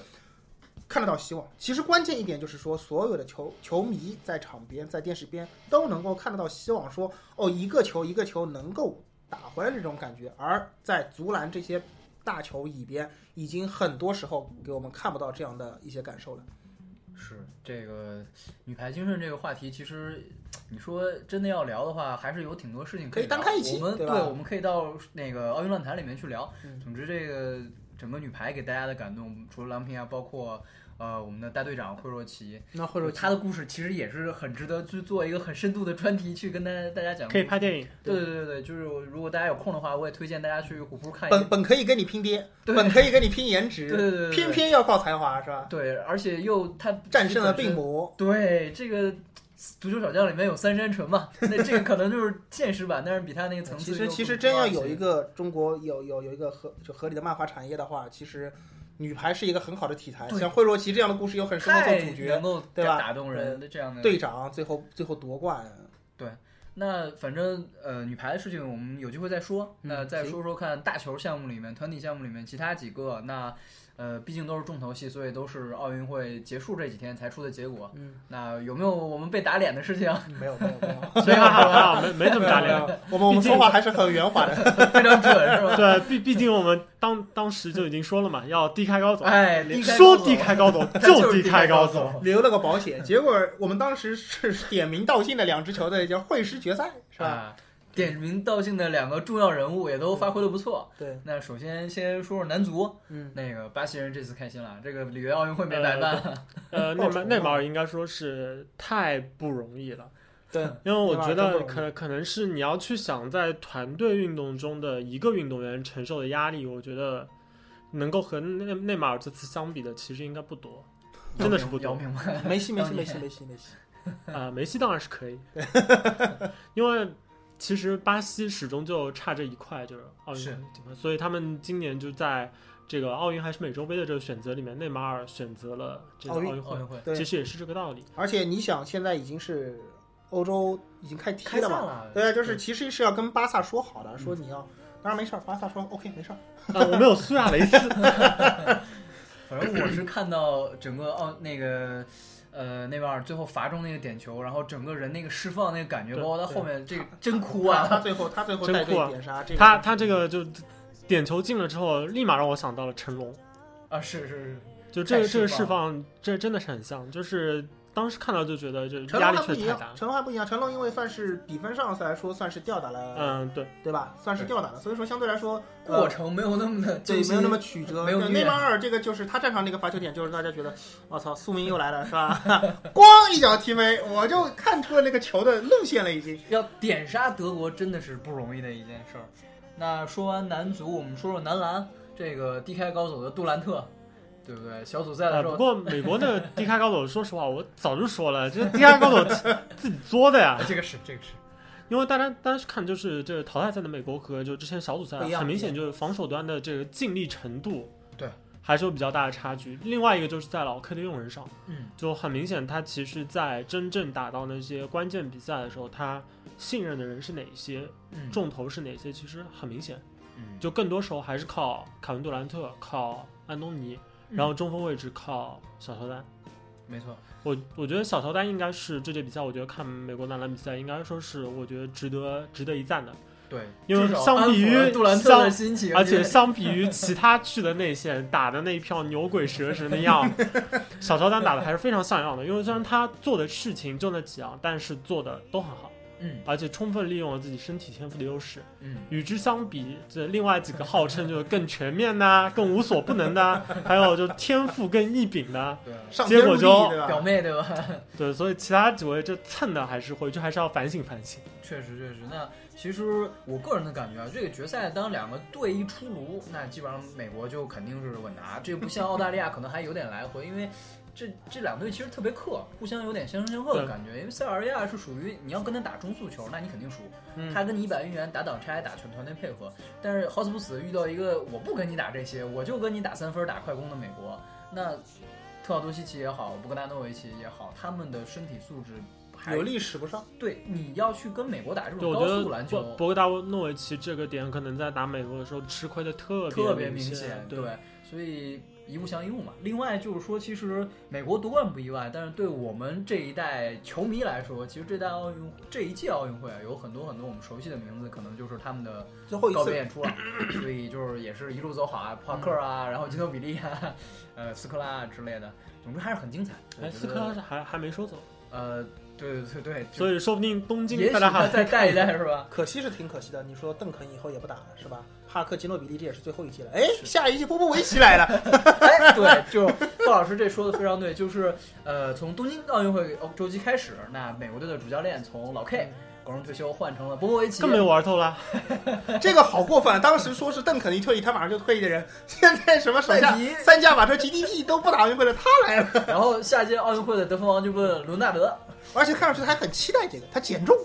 Speaker 3: 看得到希望，其实关键一点就是说，所有的球球迷在场边、在电视边都能够看得到希望，说哦，一个球一个球能够打回来这种感觉。而在足篮这些大球里边，已经很多时候给我们看不到这样的一些感受了。
Speaker 4: 是这个女排精神这个话题，其实你说真的要聊的话，还是有挺多事情
Speaker 3: 可以
Speaker 4: 聊
Speaker 3: 单开一期
Speaker 4: 我们
Speaker 3: 对吧
Speaker 4: 我们可以到那个奥运论坛里面去聊。
Speaker 3: 嗯
Speaker 4: 总之，这个整个女排给大家的感动，除了郎平啊，包括呃我们的大队长惠若琪，
Speaker 3: 那或
Speaker 4: 她的故事其实也是很值得去做一个很深度的专题去跟大家大家讲。
Speaker 2: 可以拍电影，
Speaker 4: 对对对对，就是如果大家有空的话，我也推荐大家去虎扑看一
Speaker 3: 本
Speaker 4: 下。
Speaker 3: 本可以跟你拼爹，
Speaker 4: 对
Speaker 3: 本可以跟你拼颜值，
Speaker 4: 对对对对对
Speaker 3: 偏偏要靠才华是吧？
Speaker 4: 对，而且又她
Speaker 3: 战胜了病
Speaker 4: 魔。
Speaker 3: 魔，
Speaker 4: 对，这个足球小将里面有三山纯嘛，那这个可能就是现实版，但是比他那个层次
Speaker 3: 其实
Speaker 4: 又
Speaker 3: 其实
Speaker 4: 更
Speaker 3: 真
Speaker 4: 高
Speaker 3: 要
Speaker 4: 一
Speaker 3: 有
Speaker 4: 些
Speaker 3: 一个中国有有有一个合就合理的漫画产业的话，其实女排是一个很好的题材，
Speaker 4: 对
Speaker 3: 像惠若琪这样的故事有很适合做
Speaker 4: 太
Speaker 3: 主角
Speaker 4: 能够
Speaker 3: 对吧嗯
Speaker 4: 打动人的这样的
Speaker 3: 队长，最后最后夺冠。
Speaker 4: 那反正呃，女排的事情我们有机会再说。
Speaker 3: 嗯
Speaker 4: 那再
Speaker 3: 行
Speaker 4: 说说看大球项目里面、团体项目里面其他几个。那呃，毕竟都是重头戏，所以都是奥运会结束这几天才出的结果。
Speaker 3: 嗯，
Speaker 4: 那有没有我们被打脸的事情？啊
Speaker 3: 没有没有没有，
Speaker 2: 没 有没有没没怎么打
Speaker 3: 没有
Speaker 2: 脸。
Speaker 3: 没有啊我们我们说话还是很圆滑的。
Speaker 4: 非常准是吧？
Speaker 2: 对，毕毕竟我们当当时就已经说了嘛，要低开高走，
Speaker 4: 哎，低开高
Speaker 2: 说
Speaker 4: 走
Speaker 2: 低开高走
Speaker 4: 就
Speaker 2: 低
Speaker 4: 是低开高
Speaker 2: 高走。
Speaker 4: 走。
Speaker 3: 留了个保险，结果我们当时是点名道姓的两支球队叫会师决赛，是吧？
Speaker 4: 啊，点名道姓的两个重要人物也都发挥的不错。
Speaker 3: 对，
Speaker 4: 那首先先说说男足，
Speaker 3: 嗯，
Speaker 4: 那个巴西人这次开心了，这个里约奥运会没白办。
Speaker 2: 呃，内
Speaker 3: 报仇
Speaker 2: 马
Speaker 3: 嘛
Speaker 2: 内马尔应该说是太不容易了，
Speaker 3: 对，
Speaker 2: 因为我觉
Speaker 3: 内马尔真不
Speaker 2: 得
Speaker 3: 容易
Speaker 2: 可可能是你要去想在团队运动中的一个运动员承受的压力，我觉得能够和内内马尔这次相比的，其实应该不 多，真的是不
Speaker 4: 姚
Speaker 2: 多。
Speaker 4: 明吗？
Speaker 3: 梅西梅西
Speaker 4: 当年
Speaker 3: 梅西梅西梅西，
Speaker 2: 啊、梅西当然是 可以，因为其实巴西始终就差这一块，就是奥运
Speaker 4: 是
Speaker 2: 会的地方，所以他们今年就在这个奥运还是美洲杯的这个选择里面，内马尔选择了这个
Speaker 3: 奥
Speaker 2: 奥
Speaker 3: 运
Speaker 2: 运
Speaker 4: 奥
Speaker 2: 会
Speaker 4: 运，会
Speaker 3: 对
Speaker 2: 其实也是这个道理。
Speaker 3: 而且你想，现在已经是欧洲已经开踢
Speaker 4: 开
Speaker 3: 了
Speaker 4: 赛
Speaker 3: 嘛，
Speaker 4: 了，
Speaker 3: 对，啊就是其实是要跟巴萨说好的，说你要，当然没事儿，巴萨说 OK 没事儿，
Speaker 2: 啊，我们有苏亚雷斯，
Speaker 4: 反正我是看到整个奥那个。呃，内马尔最后罚中那个点球，然后整个人那个释放那个感觉，
Speaker 2: 对
Speaker 4: 包括他后面这个真哭
Speaker 3: 哇，他
Speaker 4: 啊！
Speaker 3: 最后他最后
Speaker 2: 真
Speaker 3: 带队
Speaker 2: 酷啊
Speaker 3: 点杀这个，
Speaker 2: 他他这个就点球进了之后，立马让我想到了成龙，
Speaker 4: 啊，是是
Speaker 2: 就这
Speaker 4: 太
Speaker 2: 个
Speaker 4: 释
Speaker 2: 这个释
Speaker 4: 放
Speaker 2: 放，这真的是很像，就是当时看到就觉得这
Speaker 3: 成
Speaker 2: 压
Speaker 3: 龙
Speaker 2: 力
Speaker 3: 还不
Speaker 2: 确实
Speaker 3: 一
Speaker 2: 太
Speaker 3: 样
Speaker 2: 大，了。
Speaker 3: 成龙还不一样，成龙因为算是比分上来说算是吊打了，
Speaker 2: 嗯，对，
Speaker 3: 对吧？算是吊打了，所以说相对来说
Speaker 4: 是，
Speaker 2: 啊
Speaker 3: 呃
Speaker 4: 过程没有那么的
Speaker 3: 对
Speaker 4: 惊
Speaker 3: 没
Speaker 4: 心，
Speaker 3: 有那么曲折。
Speaker 4: 没有
Speaker 3: 对
Speaker 4: 虐
Speaker 3: 内马尔这个就是他站上那个罚球点，就是大家觉得我操宿命又来了是吧？ 咣一脚踢飞，我就看出了那个球的路线了已经。
Speaker 4: 要点杀德国真的是不容易的一件事儿。那说完男足，我们说说男篮，这个低开高走的杜兰特，对不对？小组赛的
Speaker 2: 呃，
Speaker 4: 时
Speaker 2: 不
Speaker 4: 候，
Speaker 2: 过美国的低开高走，说实话，我早就说了，这低开高走自自己作的呀
Speaker 4: 啊，，这个是这个是，
Speaker 2: 因为大家大家去看，就是这淘汰赛的美国和就之前小组赛
Speaker 4: 不一，样
Speaker 2: 很明显就是防守端的这个尽力程度，
Speaker 4: 对，
Speaker 2: 还是有比较大的差距。另外一个就是在老 K 的用人上，
Speaker 4: 嗯，
Speaker 2: 就很明显，他其实，在真正打到那些关键比赛的时候，他信任的人是哪些，
Speaker 4: 嗯，
Speaker 2: 重头是哪些，其实很明显，
Speaker 4: 嗯，
Speaker 2: 就更多时候还是靠凯文杜兰特、靠安东尼，然后中锋位置靠小乔丹。
Speaker 4: 没错，
Speaker 2: 我我觉得小乔丹应该是这届比赛，我觉得看美国男篮比赛，应该说是我觉得值得值得一赞的，
Speaker 4: 对，
Speaker 2: 因为
Speaker 4: 至少
Speaker 2: 相比于
Speaker 4: 安抚了杜兰特的心情，
Speaker 2: 而且相比于其他去的内线打的那一票牛鬼蛇神的样，小乔丹打的还是非常像样的。因为虽然他做的事情就那几样，但是做的都很好，
Speaker 4: 嗯
Speaker 2: 而且充分利用了自己身体天赋的优势。
Speaker 4: 嗯，
Speaker 2: 与之相比，这另外几个号称就是更全面呐、更无所不能的、还有就是天赋更异禀的、
Speaker 4: 对啊，
Speaker 3: 上天入地
Speaker 2: 结果就
Speaker 3: 对
Speaker 4: 表
Speaker 3: 吧？
Speaker 4: 妹对吧？
Speaker 2: 对，所以其他几位这蹭的还是回去还是要反省反省。
Speaker 4: 确实确实。那其实我个人的感觉啊，这个决赛当两个队一出炉，那基本上美国就肯定是稳拿。这不像澳大利亚可能还有点来回，因为这这两队其实特别克，互相有点相生相克的感觉。因为塞尔维亚是属于你要跟他打中速球，那你肯定输。
Speaker 2: 嗯
Speaker 4: 他跟你一百运员打挡拆、打全团队配合，但是好死不死遇到一个我不跟你打这些，我就跟你打三分、打快攻的美国。那特奥多西奇也好，布格达诺维奇也好，他们的身体素质还
Speaker 3: 有利使不上。
Speaker 4: 对你要去跟美国打这
Speaker 2: 对，
Speaker 4: 种
Speaker 2: 我
Speaker 4: 高
Speaker 2: 觉
Speaker 4: 速
Speaker 2: 得
Speaker 4: 篮球，
Speaker 2: 博博格达诺维奇这个点可能在打美国的时候吃亏的特
Speaker 4: 特别
Speaker 2: 别
Speaker 4: 明
Speaker 2: 显
Speaker 4: 显，，
Speaker 2: 对，
Speaker 4: 所以一物降一物嘛。另外就是说，其实美国夺冠不意外，但是对我们这一代球迷来说，其实这代奥运这一届奥运会啊，有很多很多我们熟悉的名字，可能就是他们的
Speaker 3: 最后一
Speaker 4: 告
Speaker 3: 次
Speaker 4: 别演出 了。所以就是也是一路走好啊，帕克
Speaker 2: 嗯
Speaker 4: 啊，然后吉诺比利啊，呃，斯科拉啊之类的，总之还是很精彩。
Speaker 2: 哎，
Speaker 4: 我觉得
Speaker 2: 斯科拉是还还没收走，
Speaker 4: 呃，对对对对，
Speaker 2: 所以说不定东
Speaker 4: 就
Speaker 2: 京
Speaker 4: 也许
Speaker 2: 大家
Speaker 4: 他
Speaker 2: 还
Speaker 4: 再带一 带是吧？
Speaker 3: 可惜是挺可惜的。你说邓肯以后也不打了是吧？帕克、吉诺比利这也是最后一季了。哎，下一季波波维奇 来了，
Speaker 4: 哎，对，就 鲍老师这说的非常对，就是呃，从东京奥运会哦周期开始，那美国队的主教练从老
Speaker 2: 嗯
Speaker 4: K 高中退休换成了波波维奇，
Speaker 2: 更没有玩透了。
Speaker 3: 这个好过分啊！当时说是邓肯一退役，他马上就退役的人，现在什么手下
Speaker 4: 戴皮
Speaker 3: 三驾马车 GDP 都不打奥运会了，他来了，
Speaker 4: 然后下届奥运会的得分王就问伦纳德，
Speaker 3: 而且看上去他还很期待这个，他减重。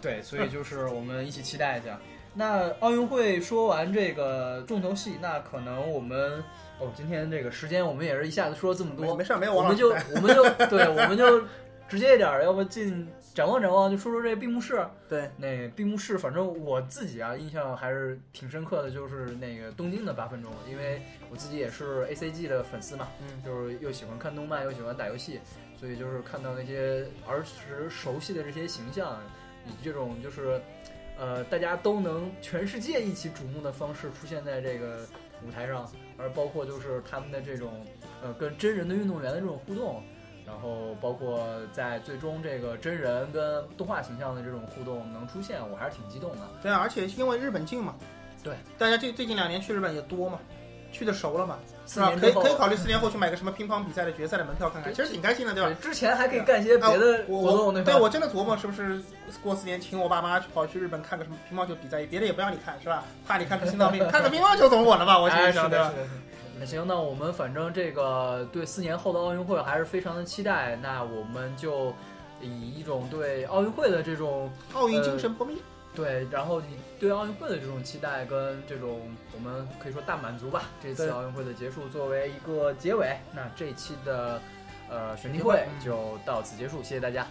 Speaker 4: 对，所以就是我们一起期待一下。 那奥运会说完这个重头戏，那可能我们哦，今天这个时间我们也是一下子说了这么
Speaker 3: 没
Speaker 4: 多
Speaker 3: 没，事儿，没有
Speaker 4: 我
Speaker 3: 王老
Speaker 4: 们
Speaker 3: 师
Speaker 4: 就 我
Speaker 3: 在
Speaker 4: 们就对，我们就直接一点儿，要不进展望展望，就说说这闭幕式。
Speaker 3: 对。
Speaker 4: 那闭幕式，反正我自己啊印象还是挺深刻的，就是那个东京的八分钟，因为我自己也是 A C G 的粉丝嘛，
Speaker 3: 嗯
Speaker 4: 就是又喜欢看动漫，又喜欢打游戏，所以就是看到那些儿时熟悉的这些形象，以这种就是呃大家都能全世界一起瞩目的方式出现在这个舞台上，而包括就是他们的这种呃跟真人的运动员的这种互动，然后包括在最终这个真人跟动画形象的这种互动能出现，我还是挺激动的。
Speaker 3: 对啊，而且因为日本近嘛，
Speaker 4: 对，
Speaker 3: 大家最最近两年去日本也多嘛，去的熟了嘛，
Speaker 4: 四
Speaker 3: 是吧？
Speaker 4: 年
Speaker 3: 可以
Speaker 4: 之后，
Speaker 3: 可以考虑四年后去买个什么乒乓比赛的决赛的门票看看，
Speaker 4: 对
Speaker 3: 其实挺开心的，对吧
Speaker 4: 对？之前还可以干一些别的
Speaker 3: 我
Speaker 4: 活
Speaker 3: 我
Speaker 4: 动，
Speaker 3: 对
Speaker 4: 吧？
Speaker 3: 我真的琢磨是不是过四年请我爸妈去跑去日本看个什么乒乓球比赛，别的也不让你看是吧？怕你看出心脏 病，看个乒乓球总稳了吧？我心
Speaker 4: 哎
Speaker 3: 里
Speaker 4: 是
Speaker 3: 想
Speaker 4: 的，
Speaker 3: 对吧
Speaker 4: 是？的。是的那行，那我们反正这个对四年后的奥运会还是非常的期待。那我们就以一种对奥运会的这种
Speaker 3: 奥运精神不灭，
Speaker 4: 对，然后你对奥运会的这种期待跟这种我们可以说大满足吧，这次
Speaker 3: 对
Speaker 4: 奥运会的结束作为一个结尾，那这一期的呃选题
Speaker 3: 选题会
Speaker 4: 会就到此结束，谢谢大家，